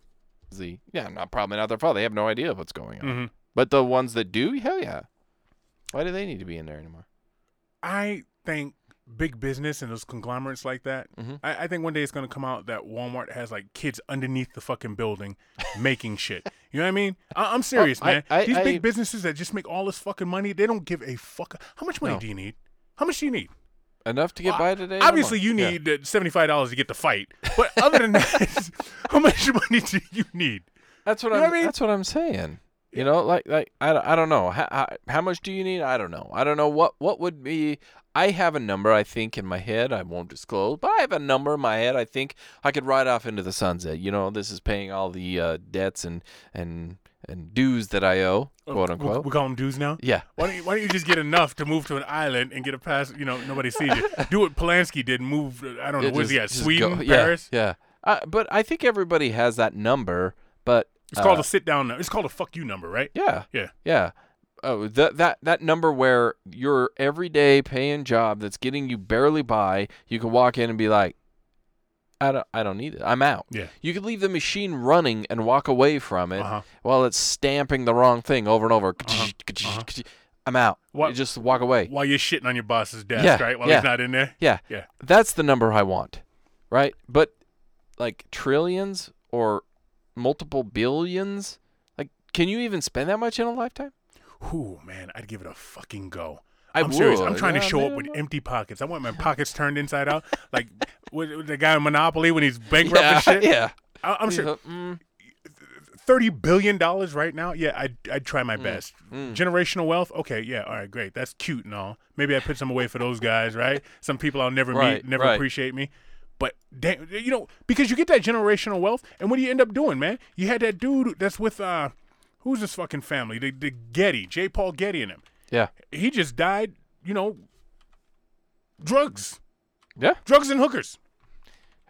A: Z. Yeah, not probably not their fault. They have no idea what's going on.
B: Mhm.
A: But the ones that do, hell yeah. Why do they need to be in there anymore?
B: I think big business and those conglomerates like that.
A: Mm-hmm.
B: I, I think one day it's gonna come out that Walmart has like kids underneath the fucking
A: *laughs*
B: building making shit. You know what I mean? I, I'm serious,
A: Oh, I-
B: man.
A: I-
B: These
A: I-
B: big businesses that just make all this fucking money, they don't give a fuck. How much money
A: No.
B: do you need? How much do you need?
A: Enough to get by today. No more.
B: Obviously, you
A: Yeah.
B: need the seventy-five dollars to get the fight. But other
A: *laughs*
B: than that, *laughs* how much money do you need?
A: That's what
B: You know
A: I'm.
B: what I mean?
A: That's what I'm saying. You know, like like I, don't- I don't know how, how how much do you need? I don't know. I don't know what what would be. I have a number I think in my head. I won't disclose, but I have a number in my head. I think I could ride off into the sunset. You know, this is paying all the uh, debts and and and dues that I owe, quote
B: We,
A: unquote.
B: we call them dues now.
A: Yeah.
B: Why don't you Why don't you just get enough to move to an island and get a pass? You know, nobody sees you. Do what Polanski did. and Move. uh, I don't know.
A: Yeah,
B: Where's he at?
A: just- just
B: Sweden,
A: go- *laughs* yeah,
B: Paris.
A: Yeah. Uh, but I think everybody has that number. But
B: It's called
A: uh,
B: a sit down. It's called a fuck you number, right?
A: yeah.
B: Yeah.
A: Yeah. Oh, that that that number where your everyday paying job that's getting you barely by, you can walk in and be like, I don't I don't need it. I'm out.
B: Yeah.
A: You could leave the machine running and walk away from it
B: Uh-huh.
A: while it's stamping the wrong thing over and over. I'm out.
B: Uh-huh. What-
A: You just walk away.
B: While you're shitting on your boss's desk,
A: Yeah,
B: right? While
A: yeah.
B: he's not in there.
A: Yeah.
B: Yeah.
A: That's the number I want. Right? But like trillions or multiple billions? Like can you even spend that much in a lifetime?
B: Ooh, man, I'd give it a fucking go.
A: I
B: am serious. I'm
A: would,
B: trying to
A: yeah,
B: show up
A: man,
B: with
A: no.
B: empty pockets. I want my pockets turned inside out, like
A: *laughs*
B: with, with the guy in Monopoly when he's bankrupt and shit.
A: yeah.
B: I,
A: *laughs*
B: I'm sure
A: Mm.
B: thirty billion dollars right now. Yeah, I'd, I'd try
A: Mm.
B: my best.
A: Hmm.
B: Generational wealth. Okay, yeah, all right, great. That's cute and all. Maybe I put some away for those guys, right? Some people I'll never
A: Right,
B: meet, never
A: right.
B: appreciate me. But damn, you know, because you get that generational wealth, and what do you end up doing, man? You had that dude that's with uh, who's this fucking family? The the Getty, J. Paul Getty, and him.
A: Yeah.
B: He just died. You know, drugs,
A: Yeah.
B: drugs and hookers.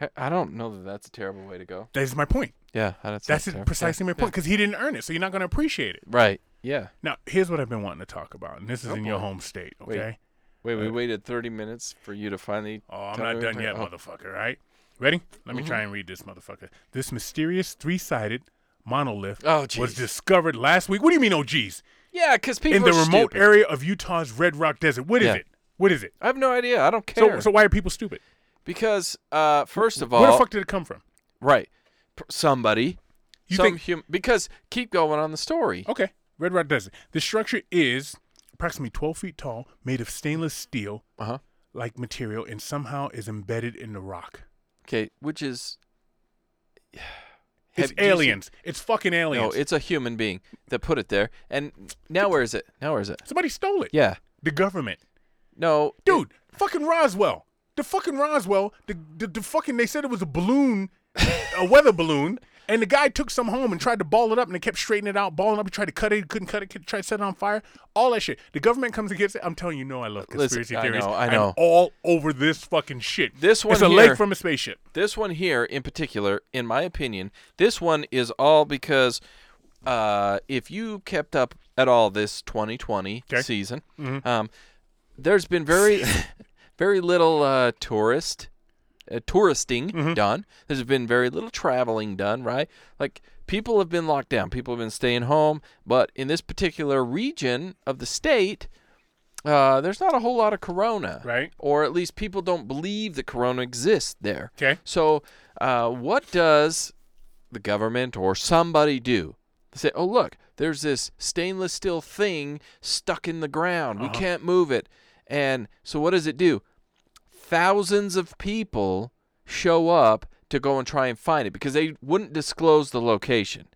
A: I- I don't know that that's a terrible way to go.
B: That is my point.
A: Yeah, that's
B: That's
A: not terrib-
B: precisely my point because he didn't earn it, so you're not going to appreciate it.
A: yeah. Right. Yeah.
B: Now, here's what I've been wanting to talk about, and this is in your home state,
A: Oh, Wait.
B: okay?
A: Wait, we waited 30 minutes for you to finally.
B: Oh, I'm
A: tell
B: not
A: me
B: done
A: everything.
B: yet,
A: Oh, Mm-hmm.
B: motherfucker, right? Ready? Let me try and read this, motherfucker. This mysterious three sided monolith
A: Oh,
B: was
A: jeez.
B: discovered last week. What do you mean, oh, geez?
A: Yeah, because people
B: In the
A: are
B: remote
A: stupid.
B: area of Utah's Red Rock Desert. What is
A: Yeah.
B: it? What is it?
A: I have no idea. I don't care.
B: So, so why are people stupid?
A: because, uh, first of
B: Where the
A: all,
B: fuck did it come from?
A: right, P- somebody,
B: You
A: some
B: think- Oh.
A: hum- because keep going on the story.
B: Okay, Red Rock Desert. The structure is approximately 12 feet tall, made of stainless steel
A: Uh huh.
B: like material, and somehow is embedded in the rock.
A: Okay, which is
B: It's
A: Have- do you see-
B: aliens. It's fucking
A: No,
B: aliens.
A: it's a human being that put it there. And now where is it? Now where is it?
B: Somebody stole it.
A: Yeah.
B: The government.
A: No. it-
B: Dude, fucking Roswell. The fucking Roswell. The, the the fucking they said it was a balloon, a weather balloon, and the guy took some home and tried to ball it up, and they kept straightening it out, balling up. He tried to cut it, he couldn't cut it, tried to set it on fire. All that shit. The government comes and gets it. I'm telling you, no, I love
A: Listen,
B: conspiracy
A: I
B: theories.
A: know, I
B: I'm
A: know.
B: all over this fucking shit.
A: This one
B: It's a
A: here-
B: lake from a spaceship.
A: This one here, in particular, in my opinion, this one is all because uh, if you kept up at all this 2020
B: Okay. Mm-hmm.
A: season, um, there's been
B: *laughs*
A: very, very little uh, tourist, uh, touristing
B: Mm-hmm.
A: done. There's been very little traveling done, right? Like people have been locked down, people have been staying home, but in this particular region of the state. Uh, there's not a whole lot of corona,
B: Right.
A: Or at least people don't believe that corona exists there.
B: Okay.
A: So, uh, what does the government or somebody do? They say, oh, look, there's this stainless steel thing stuck in the ground. We can't move it. And so, what does it do? Thousands of people show up to go and try and find it because they wouldn't disclose the location.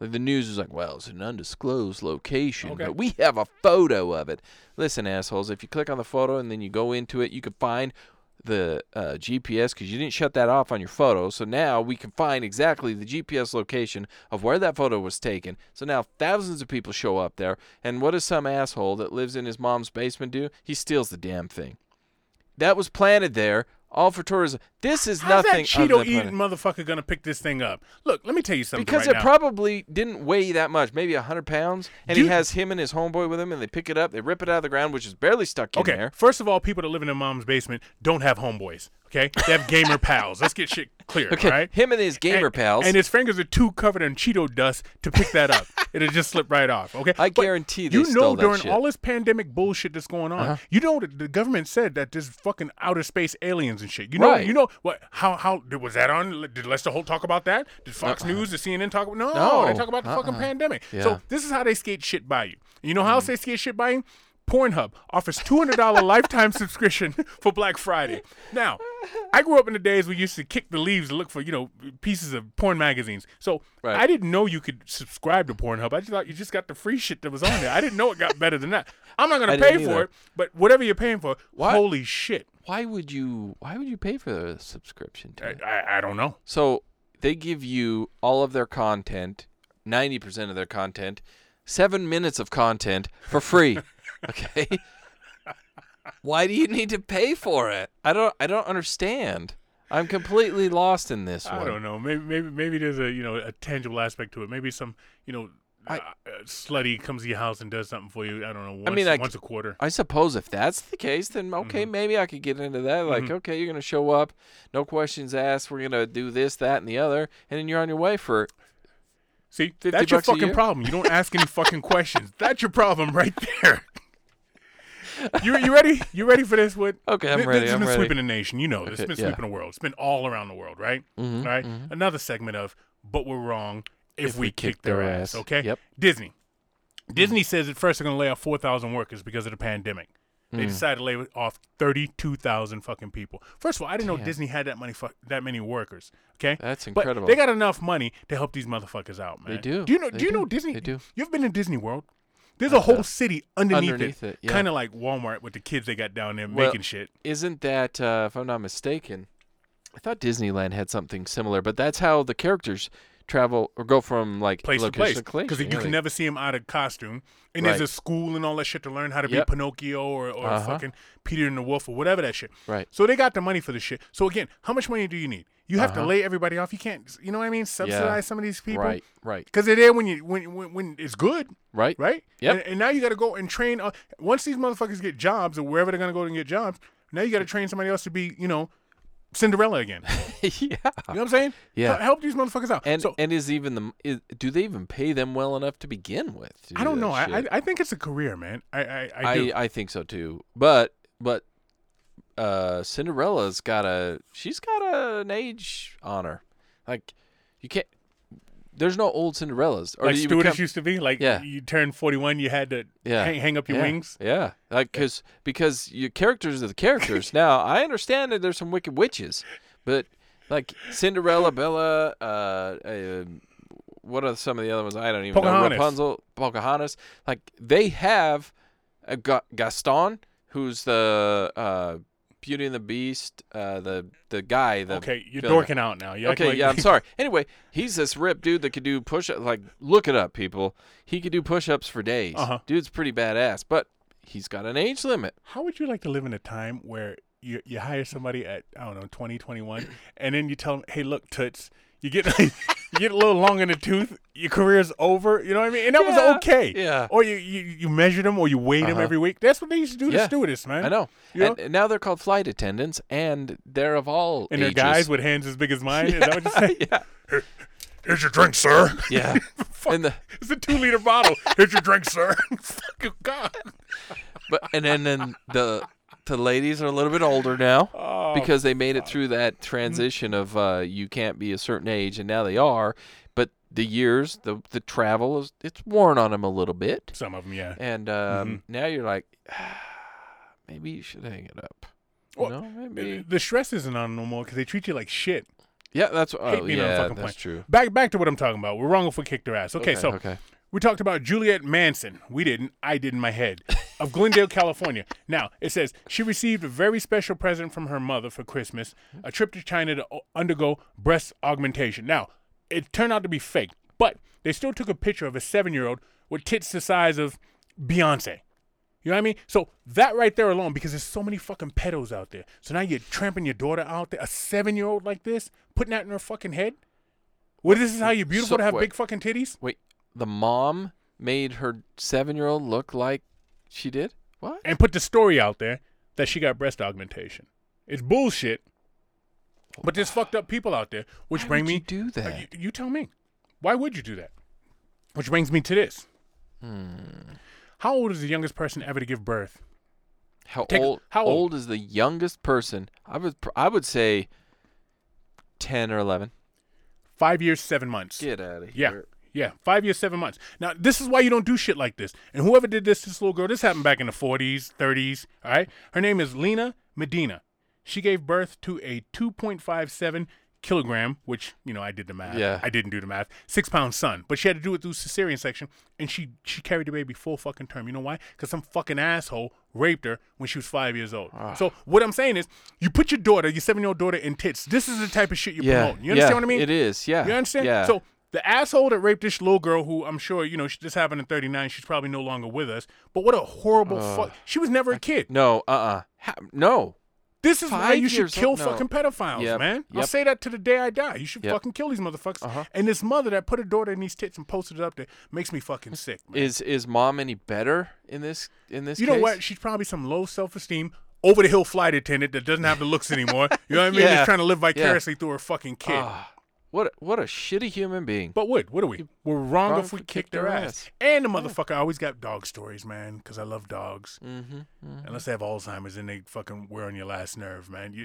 A: Like the news was like, well, it's an undisclosed location,
B: Okay.
A: but we have a photo of it. Listen, assholes, if you click on the photo and then you go into it, you can find the uh, GPS because you didn't shut that off on your photo. So now we can find exactly the GPS location of where that photo was taken. So now thousands of people show up there. And what does some asshole that lives in his mom's basement do? He steals the damn thing. That was planted there, all for tourism. This is
B: How's
A: nothing.
B: that
A: other than
B: Cheeto
A: planted.
B: eating motherfucker gonna pick this thing up? Look, let me tell you something.
A: Because
B: right
A: it
B: now.
A: probably didn't weigh that much, maybe hundred pounds, and he
B: Dude.
A: has him and his homeboy with him, and they pick it up, they rip it out of the ground, which is barely stuck in
B: Okay.
A: there.
B: First of all, people that live in their mom's basement don't have homeboys. Okay, they have
A: *laughs*
B: gamer pals. Let's get shit clear.
A: Okay,
B: Right?
A: *laughs* him and his gamer
B: and,
A: pals.
B: and his fingers are too covered in Cheeto dust to pick
A: *laughs*
B: that up. It'll just slip right off. Okay,
A: I
B: But
A: guarantee they
B: you know
A: stole that
B: during
A: shit. Uh-huh.
B: all this pandemic bullshit that's going on, you know that the government said that there's fucking outer space aliens and shit. You know,
A: Right.
B: you know what? How how did- was that on? Did Lester Holt talk about that? Did Fox News, did CNN talk about? No,
A: Uh-uh. No,
B: they talk about the fucking pandemic.
A: Uh-huh. Yeah. Mm-hmm.
B: So this is how they skate shit by you. You know how else they skate shit by you? Pornhub
A: *laughs*
B: offers $200 lifetime subscription for Black Friday. Now, I grew up in the days we used to kick the leaves to look for, you know, pieces of porn magazines. So
A: Right.
B: I didn't know you could subscribe to Pornhub. I just thought you just got the free shit that was on there. I didn't know it got better than that. I'm
A: *laughs*
B: not
A: I
B: going to
A: didn't
B: pay
A: either.
B: for it, but whatever you're paying for,
A: Why-
B: holy shit.
A: Why would you? Why would you pay for the subscription? To
B: I,
A: it?
B: I, I don't know.
A: So they give you all of their content, ninety percent of their content, seven minutes of content for
B: *laughs*
A: free. okay. Why do you need to pay for it? I don't. I don't understand. I'm completely lost in this one.
B: I don't know. Maybe maybe maybe there's a you know a tangible aspect to it. Maybe some you know
A: I-
B: uh, uh, slutty comes to your house and does something for you. I don't know. Once,
A: mean, I c-
B: once a quarter.
A: I suppose if that's the case, then okay,
B: Mm-hmm.
A: maybe I could get into that. Like, okay, you're gonna show up, no questions asked. We're gonna do this, that, and the other, and then you're on your way for.
B: See,
A: 50
B: that's your
A: bucks a
B: fucking
A: year?
B: problem. You don't ask
A: *laughs*
B: any fucking questions. That's your problem right there. You, you ready? You ready for this? What?
A: Okay, I'm
B: Th-
A: ready,
B: This
A: I'm
B: has been
A: ready.
B: sweeping the nation. You know, this
A: Okay,
B: has been
A: yeah.
B: sweeping the world. It's been all around the world, right?
A: Mm-hmm.
B: all right? Another segment of "But We're Wrong If, We, Kick, Their Ass." Okay.
A: Yep. Mm.
B: Disney. Disney says at first they're going to lay off 4,000 workers because of the pandemic. They
A: Mm.
B: decided to lay off 32,000 fucking people. First of all, I didn't know Disney had that money fu- that many workers, okay?
A: That's
B: But
A: incredible.
B: they got enough money to help these motherfuckers out, man.
A: do.
B: Do you know
A: They
B: do you
A: do.
B: know Disney?
A: They do. Uh,
B: You've been in Disney World? There's a whole city underneath,
A: Underneath it, yeah.
B: Kind of like Walmart with the kids they got down there
A: Well,
B: making shit.
A: Isn't that, uh, if I'm not mistaken, I thought Disneyland had something similar, but that's how the characters travel or go from like
B: place to
A: location
B: place
A: location,
B: because you
A: yeah,
B: can
A: like-
B: never see him out of costume. And
A: Right.
B: there's a school and all that shit to learn how to
A: Yep.
B: be Pinocchio or, or
A: Uh-huh.
B: fucking Peter and the Wolf or whatever that shit.
A: Right.
B: So they got the money for the shit. So again, how much money do you need? You have to lay everybody off. You can't. You know what I mean? Subsidize some of these people.
A: Uh-huh. Right, right,
B: Because they're there when you when when, when it's good.
A: right,
B: Right.
A: Yep.
B: And, and now you got to go and train. Uh, once these motherfuckers get jobs or wherever they're gonna go and get jobs, now you got to train somebody else to be you know Cinderella
A: *laughs*
B: again.
A: *laughs* yeah.
B: You know what I'm saying?
A: Yeah.
B: Hel- Help these motherfuckers out.
A: And
B: so,
A: and is even the is, do they even pay them well enough to begin with? to
B: I don't
A: that
B: know. I, I
A: shit?
B: I think it's a career, man. I I, I do.
A: I, I think so too. But but uh Cinderella's got a she's got a, an age on her. Like you can't there's no old Cinderellas. Or
B: like
A: you
B: stewardess
A: become-
B: used to be. Like
A: Yeah.
B: you turned forty one, you had to
A: yeah.
B: hang, hang up your
A: yeah,
B: wings.
A: Yeah. Like cuz because your characters are the
B: *laughs*
A: characters. now, I understand that there's some wicked witches, but like Cinderella, Bella, uh, uh what are some of the other ones? I don't even know.
B: Pocahontas.
A: Rapunzel, Pocahontas. Like they have a Ga- Gaston, who's the uh, Beauty and the Beast, uh, the the guy. The
B: Okay, you're
A: villain.
B: dorking out now. You act
A: Okay,
B: like-
A: yeah, I'm sorry. Anyway, he's this ripped dude that could do push ups. Like, look it up, people. He could do push ups for days.
B: Uh-huh.
A: Dude's pretty badass, but he's got an age limit.
B: *laughs* How would you like to live in a time where you you hire somebody at I don't know
A: *coughs*
B: 2021, and then you tell them, hey, look, toots, you get *laughs* you get a little long in the tooth, your career's over. You know what I mean? And that
A: Yeah,
B: was okay.
A: yeah.
B: Or you you, you measure them or you weigh them
A: Uh-huh.
B: every week. That's what they used to do
A: Yeah,
B: to stewardess, man.
A: I know.
B: You know?
A: And and now they're called flight attendants, and they're of all
B: And they're
A: ages.
B: guys with hands as big as mine. Is
A: *laughs*
B: that what you say?
A: yeah,
B: Here's your drink, sir.
A: yeah.
B: *laughs*
A: and the
B: It's a two liter bottle. Here's your drink, sir. *laughs* Fucking God.
A: but and then then the the ladies are a little bit older now
B: Oh,
A: because they made it through that transition of uh, you can't be a certain age, and now they are. But the years, the the travel is it's worn on them a little bit.
B: Some of them, yeah.
A: And
B: Mm-hmm.
A: um, now you're like, *sighs* "Ah, maybe you should hang it up.
B: Well,
A: no, maybe.
B: The stress isn't on no more because they treat you like shit.
A: Yeah, that's oh,
B: Hate being on a
A: yeah,
B: fucking
A: that's
B: plane.
A: true. Uh,
B: Back back to what I'm talking about. We're wrong if we kick their ass. Okay, so
A: okay.
B: we talked about Juliet Manson. We didn't. I did in my head. Of Glendale, California. Now it says she received a very special present from her mother for Christmas: a trip to China to o- undergo breast augmentation. Now it turned out to be fake, but they still took a picture of a seven-year-old with tits the size of Beyonce. You know what I mean? So that right there alone, because there's so many fucking pedos out there. So now you're tramping your daughter out there, a seven-year-old like this, putting that in her fucking head. Well, this is how you're beautiful
A: So-
B: to have
A: wait.
B: big fucking titties.
A: Wait, the mom made her seven-year-old look like she did. What?
B: and put the story out there that she got breast augmentation. It's bullshit. But there's fucked up people out there, which
A: Why
B: bring
A: would
B: me
A: you do
B: Uh,
A: that?
B: You, you tell me. Why would you do that? Which brings me to this.
A: Hmm.
B: How old is the youngest person ever to give birth?
A: How
B: Take-
A: old?
B: how old?
A: is the youngest person? I would pr- I would say ten or eleven.
B: Five years, seven months.
A: Get out of
B: Yeah. Yeah. Five years, seven months. Now, this is why you don't do shit like this. And whoever did this to this little girl, this happened back in the 40s, 30s. All right. Her name is Lena Medina. She gave birth to a 2.57 kilogram, which, you know, I did the math.
A: Yeah.
B: I didn't do the math. Six pound son. But she had to do it through cesarean section. And she, she carried the baby full fucking term. You know why? Because some fucking asshole raped her when she was five years old.
A: Ah.
B: So what I'm saying is you put your daughter, your seven year old daughter, in tits. This is the type of shit you're
A: yeah.
B: promoting. You understand
A: yeah,
B: what I mean?
A: It is. Yeah.
B: You understand?
A: Yeah.
B: So the asshole that raped this little girl, who I'm sure you know, she, this happened in '39. She's probably no longer with us. But what a horrible fuck! She was never a kid.
A: no. Uh. uh no.
B: This is why
A: five
B: you should
A: years
B: kill
A: old? No.
B: fucking pedophiles,
A: Yep,
B: man. I'll
A: yep.
B: say that to the day I die. You should
A: Yep. Uh-huh.
B: fucking kill these motherfuckers. And this mother that put her daughter in these tits and posted it up there makes me
A: *laughs*
B: fucking sick. Man.
A: Is is mom any better in this in this?
B: you know
A: case?
B: what? She's probably some low self-esteem. Over the hill flight attendant that doesn't have the looks anymore. You know what I mean?
A: *laughs* Yeah.
B: Just trying to live
A: Yeah.
B: vicariously through her fucking kid.
A: Ah, what a- what a shitty human being.
B: But what? What are we? We're wrong, if we kick their ass. And the motherfucker I always got dog stories, man, because I love dogs.
A: Mm-hmm.
B: Unless they have Alzheimer's and they fucking wear on your last nerve,
A: *laughs*
B: man. You,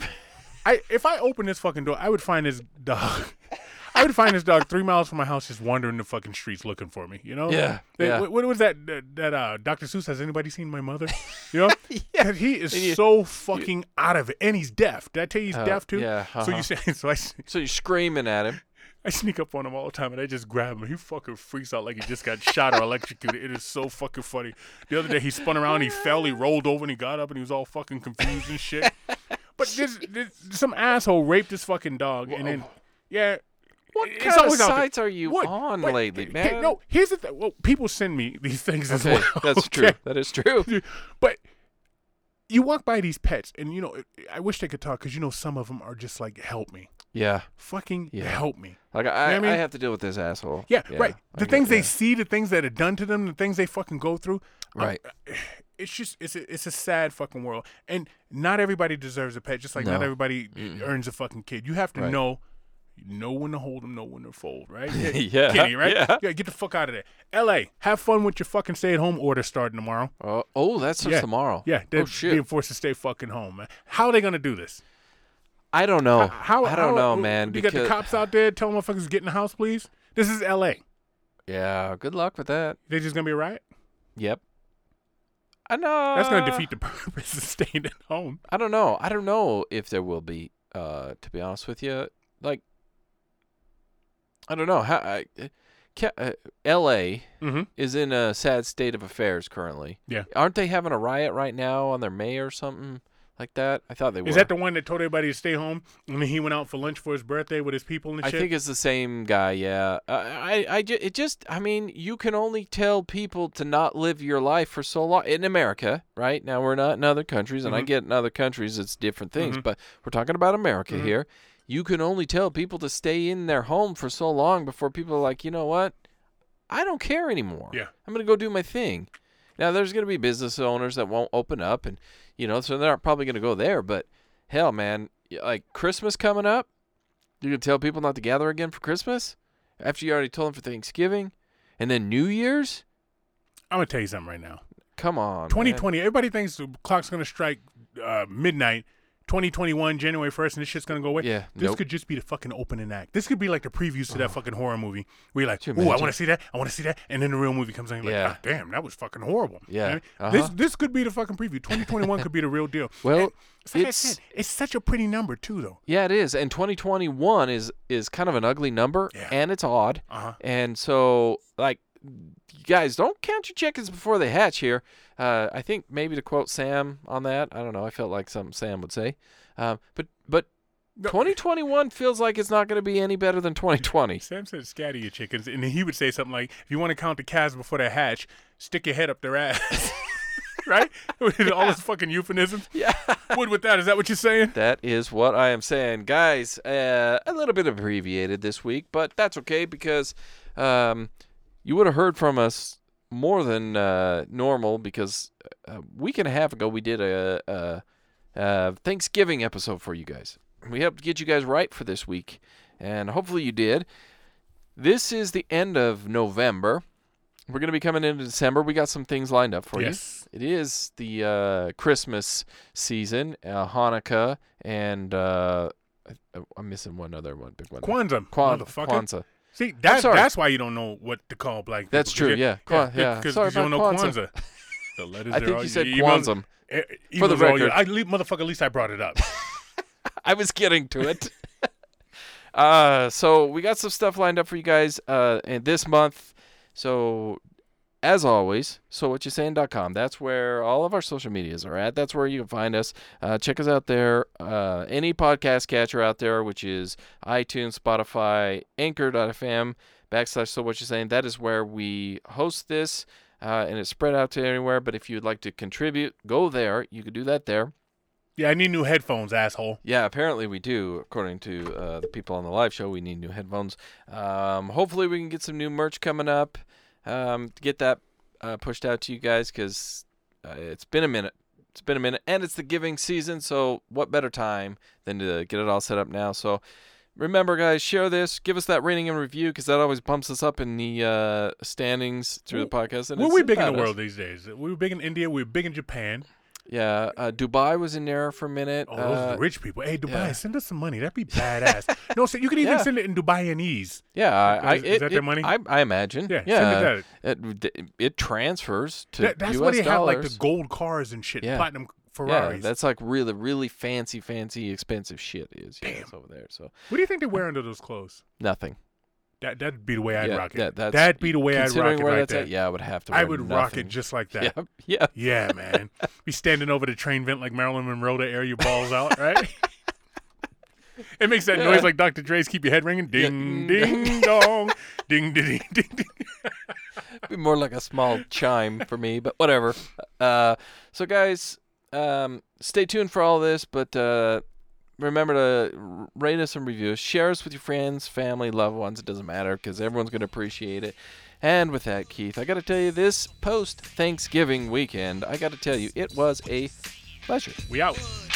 B: I if I open this fucking door, I would find this dog. *laughs* I would find this dog three miles from my house, just wandering the fucking streets looking for me. You know?
A: Yeah,
B: They-
A: yeah.
B: What, what was that? That, that, uh, Dr. Seuss. Has anybody seen my mother? You know?
A: *laughs* Yeah.
B: 'Cause He is
A: And you-
B: so fucking out of it, and he's deaf. Did I tell you he's
A: Oh,
B: deaf too?
A: yeah,
B: So
A: uh-huh.
B: you say *laughs* so? I
A: So you're screaming at him.
B: I sneak up on him all the time and I just grab him. He fucking freaks out like he just got shot or electrocuted. It is so fucking funny. The other day he spun around, he fell, he rolled over, and he got up and he was all fucking confused and shit. But this, this some asshole raped this fucking dog and then yeah.
A: What
B: it's
A: kind of
B: always out there.
A: sites are you on lately,
B: hey,
A: man?
B: no, here's the thing. Well, people send me these things as *laughs*
A: Okay,
B: well.
A: that's true.
B: okay?
A: That is true.
B: But you walk by these pets, and you know, I wish they could talk because you know some of them are just like, "Help me,
A: Yeah.
B: fucking
A: Yeah.
B: help me."
A: Like I,
B: You know what I
A: I
B: mean?
A: have to deal with this asshole.
B: Yeah,
A: I
B: right. The
A: get-
B: things
A: yeah.
B: they see, the things that are done to them, the things they fucking go through. um,
A: Right.
B: it's just it's a, it's a sad fucking world, and not everybody deserves a pet. Just like not
A: No.
B: everybody earns a fucking kid. You have to
A: Right.
B: know. Know when to hold them, know when to fold,
A: *laughs*
B: right?
A: Yeah,
B: Kenny, right?
A: yeah.
B: get the fuck out of there. L.A., have fun with your fucking stay-at-home order starting tomorrow.
A: Oh, oh, that's just tomorrow.
B: Yeah, they're
A: Oh shit.
B: being forced to stay fucking home, man. How are they gonna do this?
A: I don't know.
B: How?
A: Oh, I don't
B: how-
A: know, man.
B: You got
A: because-
B: the cops out there. Tell motherfuckers get in the house, please. This is L.A.
A: Yeah. Good luck with that.
B: They just gonna be a riot.
A: Yep. I know.
B: That's going to defeat the *laughs* purpose of staying at home.
A: I don't know. I don't know if there will be. Uh, to be honest with you, like, I don't know how. I, Ca- uh, L.A.
B: Mhm.
A: is in a sad state of affairs currently.
B: Yeah.
A: aren't they having a riot right now on their mayor or something like that? I thought they were.
B: Is that the one that told everybody to stay home? And then he went out for lunch for his birthday with his people and
A: I
B: shit.
A: think it's the same guy. Yeah. Uh, I, I, ju- it just, I mean, you can only tell people to not live your life for so long in America, right? Now we're not in other countries,
B: Mm-hmm.
A: and I get in other countries it's different things, but we're talking about America
B: Mm-hmm.
A: here. You can only tell people to stay in their home for so long before people are like, you know what? I don't care anymore.
B: Yeah.
A: I'm gonna go do my thing. Now there's gonna be business owners that won't open up, and you know, so they're not probably gonna go there. But hell, man, y- like Christmas coming up, you're gonna tell people not to gather again for Christmas after you already told them for Thanksgiving, and then New Year's.
B: I'm gonna tell you something right now.
A: Come on, man.
B: 2020. Everybody thinks the clock's gonna strike uh, midnight. 2021, January 1st, and this shit's gonna go away.
A: Yeah,
B: This
A: nope. Oh.
B: could just be the fucking opening act. This could be like the previews to that fucking horror movie where you're like,
A: Could you
B: ooh, I
A: imagine?
B: wanna see that, I wanna see that. And then the real movie comes in, you're
A: Yeah.
B: like, ah, damn, that was fucking horrible. You
A: Yeah,
B: know what I mean?
A: uh-huh.
B: This this could be the fucking preview. 2021 could be the real deal.
A: *laughs* Well,
B: And it's like I
A: it's-
B: said, it's such a pretty number too though.
A: Yeah, it is. And 2021 is is kind of an ugly number,
B: Yeah.
A: and it's odd.
B: Uh-huh.
A: And so, like, you guys, don't count your chickens before they hatch here. Uh, I think maybe to quote Sam on that, I don't know. I felt like something Sam would say. Um, but but 2021 feels like it's not going to be any better than 2020.
B: Sam said, "Scatter your chickens," and then he would say something like, "If you want to count the calves before they hatch, stick your head up their ass." *laughs*
A: *laughs*
B: right? With All those fucking euphemisms.
A: Yeah.
B: Wood with that. Is that what you're saying?
A: That is what I am saying, guys. Uh, a little bit abbreviated this week, but that's okay because um, you would have heard from us more than uh, normal because uh, a week and a half ago we did a, a, a Thanksgiving episode for you guys. We helped get you guys right for this week, and hopefully you did. This is the end of November. We're going to be coming into December. We got some things lined up for you.
B: Yes.
A: It is the uh, Christmas season, uh, Hanukkah, and uh, I, I'm missing one other one, big one.
B: Kwanzaa.
A: Kwan-
B: motherfucker.
A: Kwanzaa.
B: See, that's
A: sorry.
B: that's why you don't know what to call black.
A: That's true,
B: people, 'cause you-
A: yeah. Kwan- yeah.
B: Because
A: Sorry
B: you don't know
A: about
B: Kwanzaa. *laughs* The letters
A: I
B: there
A: think
B: are-
A: you said
B: emails-
A: Kwanzaa.
B: e- emails
A: For the
B: are all your-
A: record.
B: I le- motherfucker. At least I brought it up.
A: *laughs* I was getting to it. *laughs* uh, so we got some stuff lined up for you guys uh, and this month. So as always, so what you saying.com. That's where all of our social medias are at. That's where you can find us. Uh, check us out there. Uh, any podcast catcher out there, which is iTunes, Spotify, Anchor.fm, backslash so what you saying. That is where we host this. Uh, and it's spread out to anywhere. But if you'd like to contribute, go there. You can do that there.
B: yeah, I need new headphones, asshole.
A: Yeah, apparently we do. According to uh, the people on the live show, we need new headphones. Um, hopefully, we can get some new merch coming up um, to get that uh, pushed out to you guys because uh, it's been a minute. It's been a minute, and it's the giving season, so what better time than to get it all set up now? So remember, guys, share this, give us that rating and review because that always bumps us up in the uh, standings through the podcast. And
B: We're
A: it's
B: we big in the
A: about us.
B: world these days. We were big in India. We were big in Japan.
A: Yeah, uh, Dubai was in there for a minute.
B: Oh, those
A: uh,
B: rich people. Hey, Dubai,
A: yeah.
B: send us some money. That'd
A: *laughs*
B: be badass. no, so you can even
A: Yeah.
B: send it in Dubaianese.
A: *laughs* Yeah, I,
B: Is-
A: I,
B: is
A: it-
B: that their
A: it-
B: money?
A: I, I imagine.
B: Yeah,
A: Yeah,
B: send
A: yeah.
B: it
A: It, it, it transfers to
B: That, that's
A: US
B: why they have
A: dollars.
B: like the gold cars and shit,
A: Yeah.
B: platinum
A: yeah,
B: Ferraris.
A: that's like really, really fancy, fancy, expensive shit is. Yeah, it's over there. So
B: what do you think they wear under those clothes?
A: nothing.
B: That that'd be the way I'd
A: yeah,
B: rock it.
A: that- that's-
B: that'd be the way I'd rock
A: considering
B: it
A: where
B: right
A: that's
B: there.
A: At, yeah, I would have to. Wear
B: I would rock it
A: nothing. *laughs*
B: just like that.
A: Yeah, yeah.
B: Yeah,
A: *laughs*
B: man. be standing over the train vent like Marilyn Monroe to air your balls out, right? *laughs* it makes that noise like Dr. Dre's "Keep Your Head
A: Mm.
B: Ringing."
A: *laughs*
B: Ding, ding, dong, ding, ding, ding, ding, ding.
A: *laughs* be more like a small chime for me, but whatever. Uh, so guys, um, stay tuned for all this, but uh, remember to r- rate us and review us, share us with your friends, family, loved ones. It doesn't matter because everyone's gonna appreciate it. And with that, Keith, I gotta tell you, this post Thanksgiving weekend, I gotta tell you, it was a pleasure.
B: We out.
C: Wood.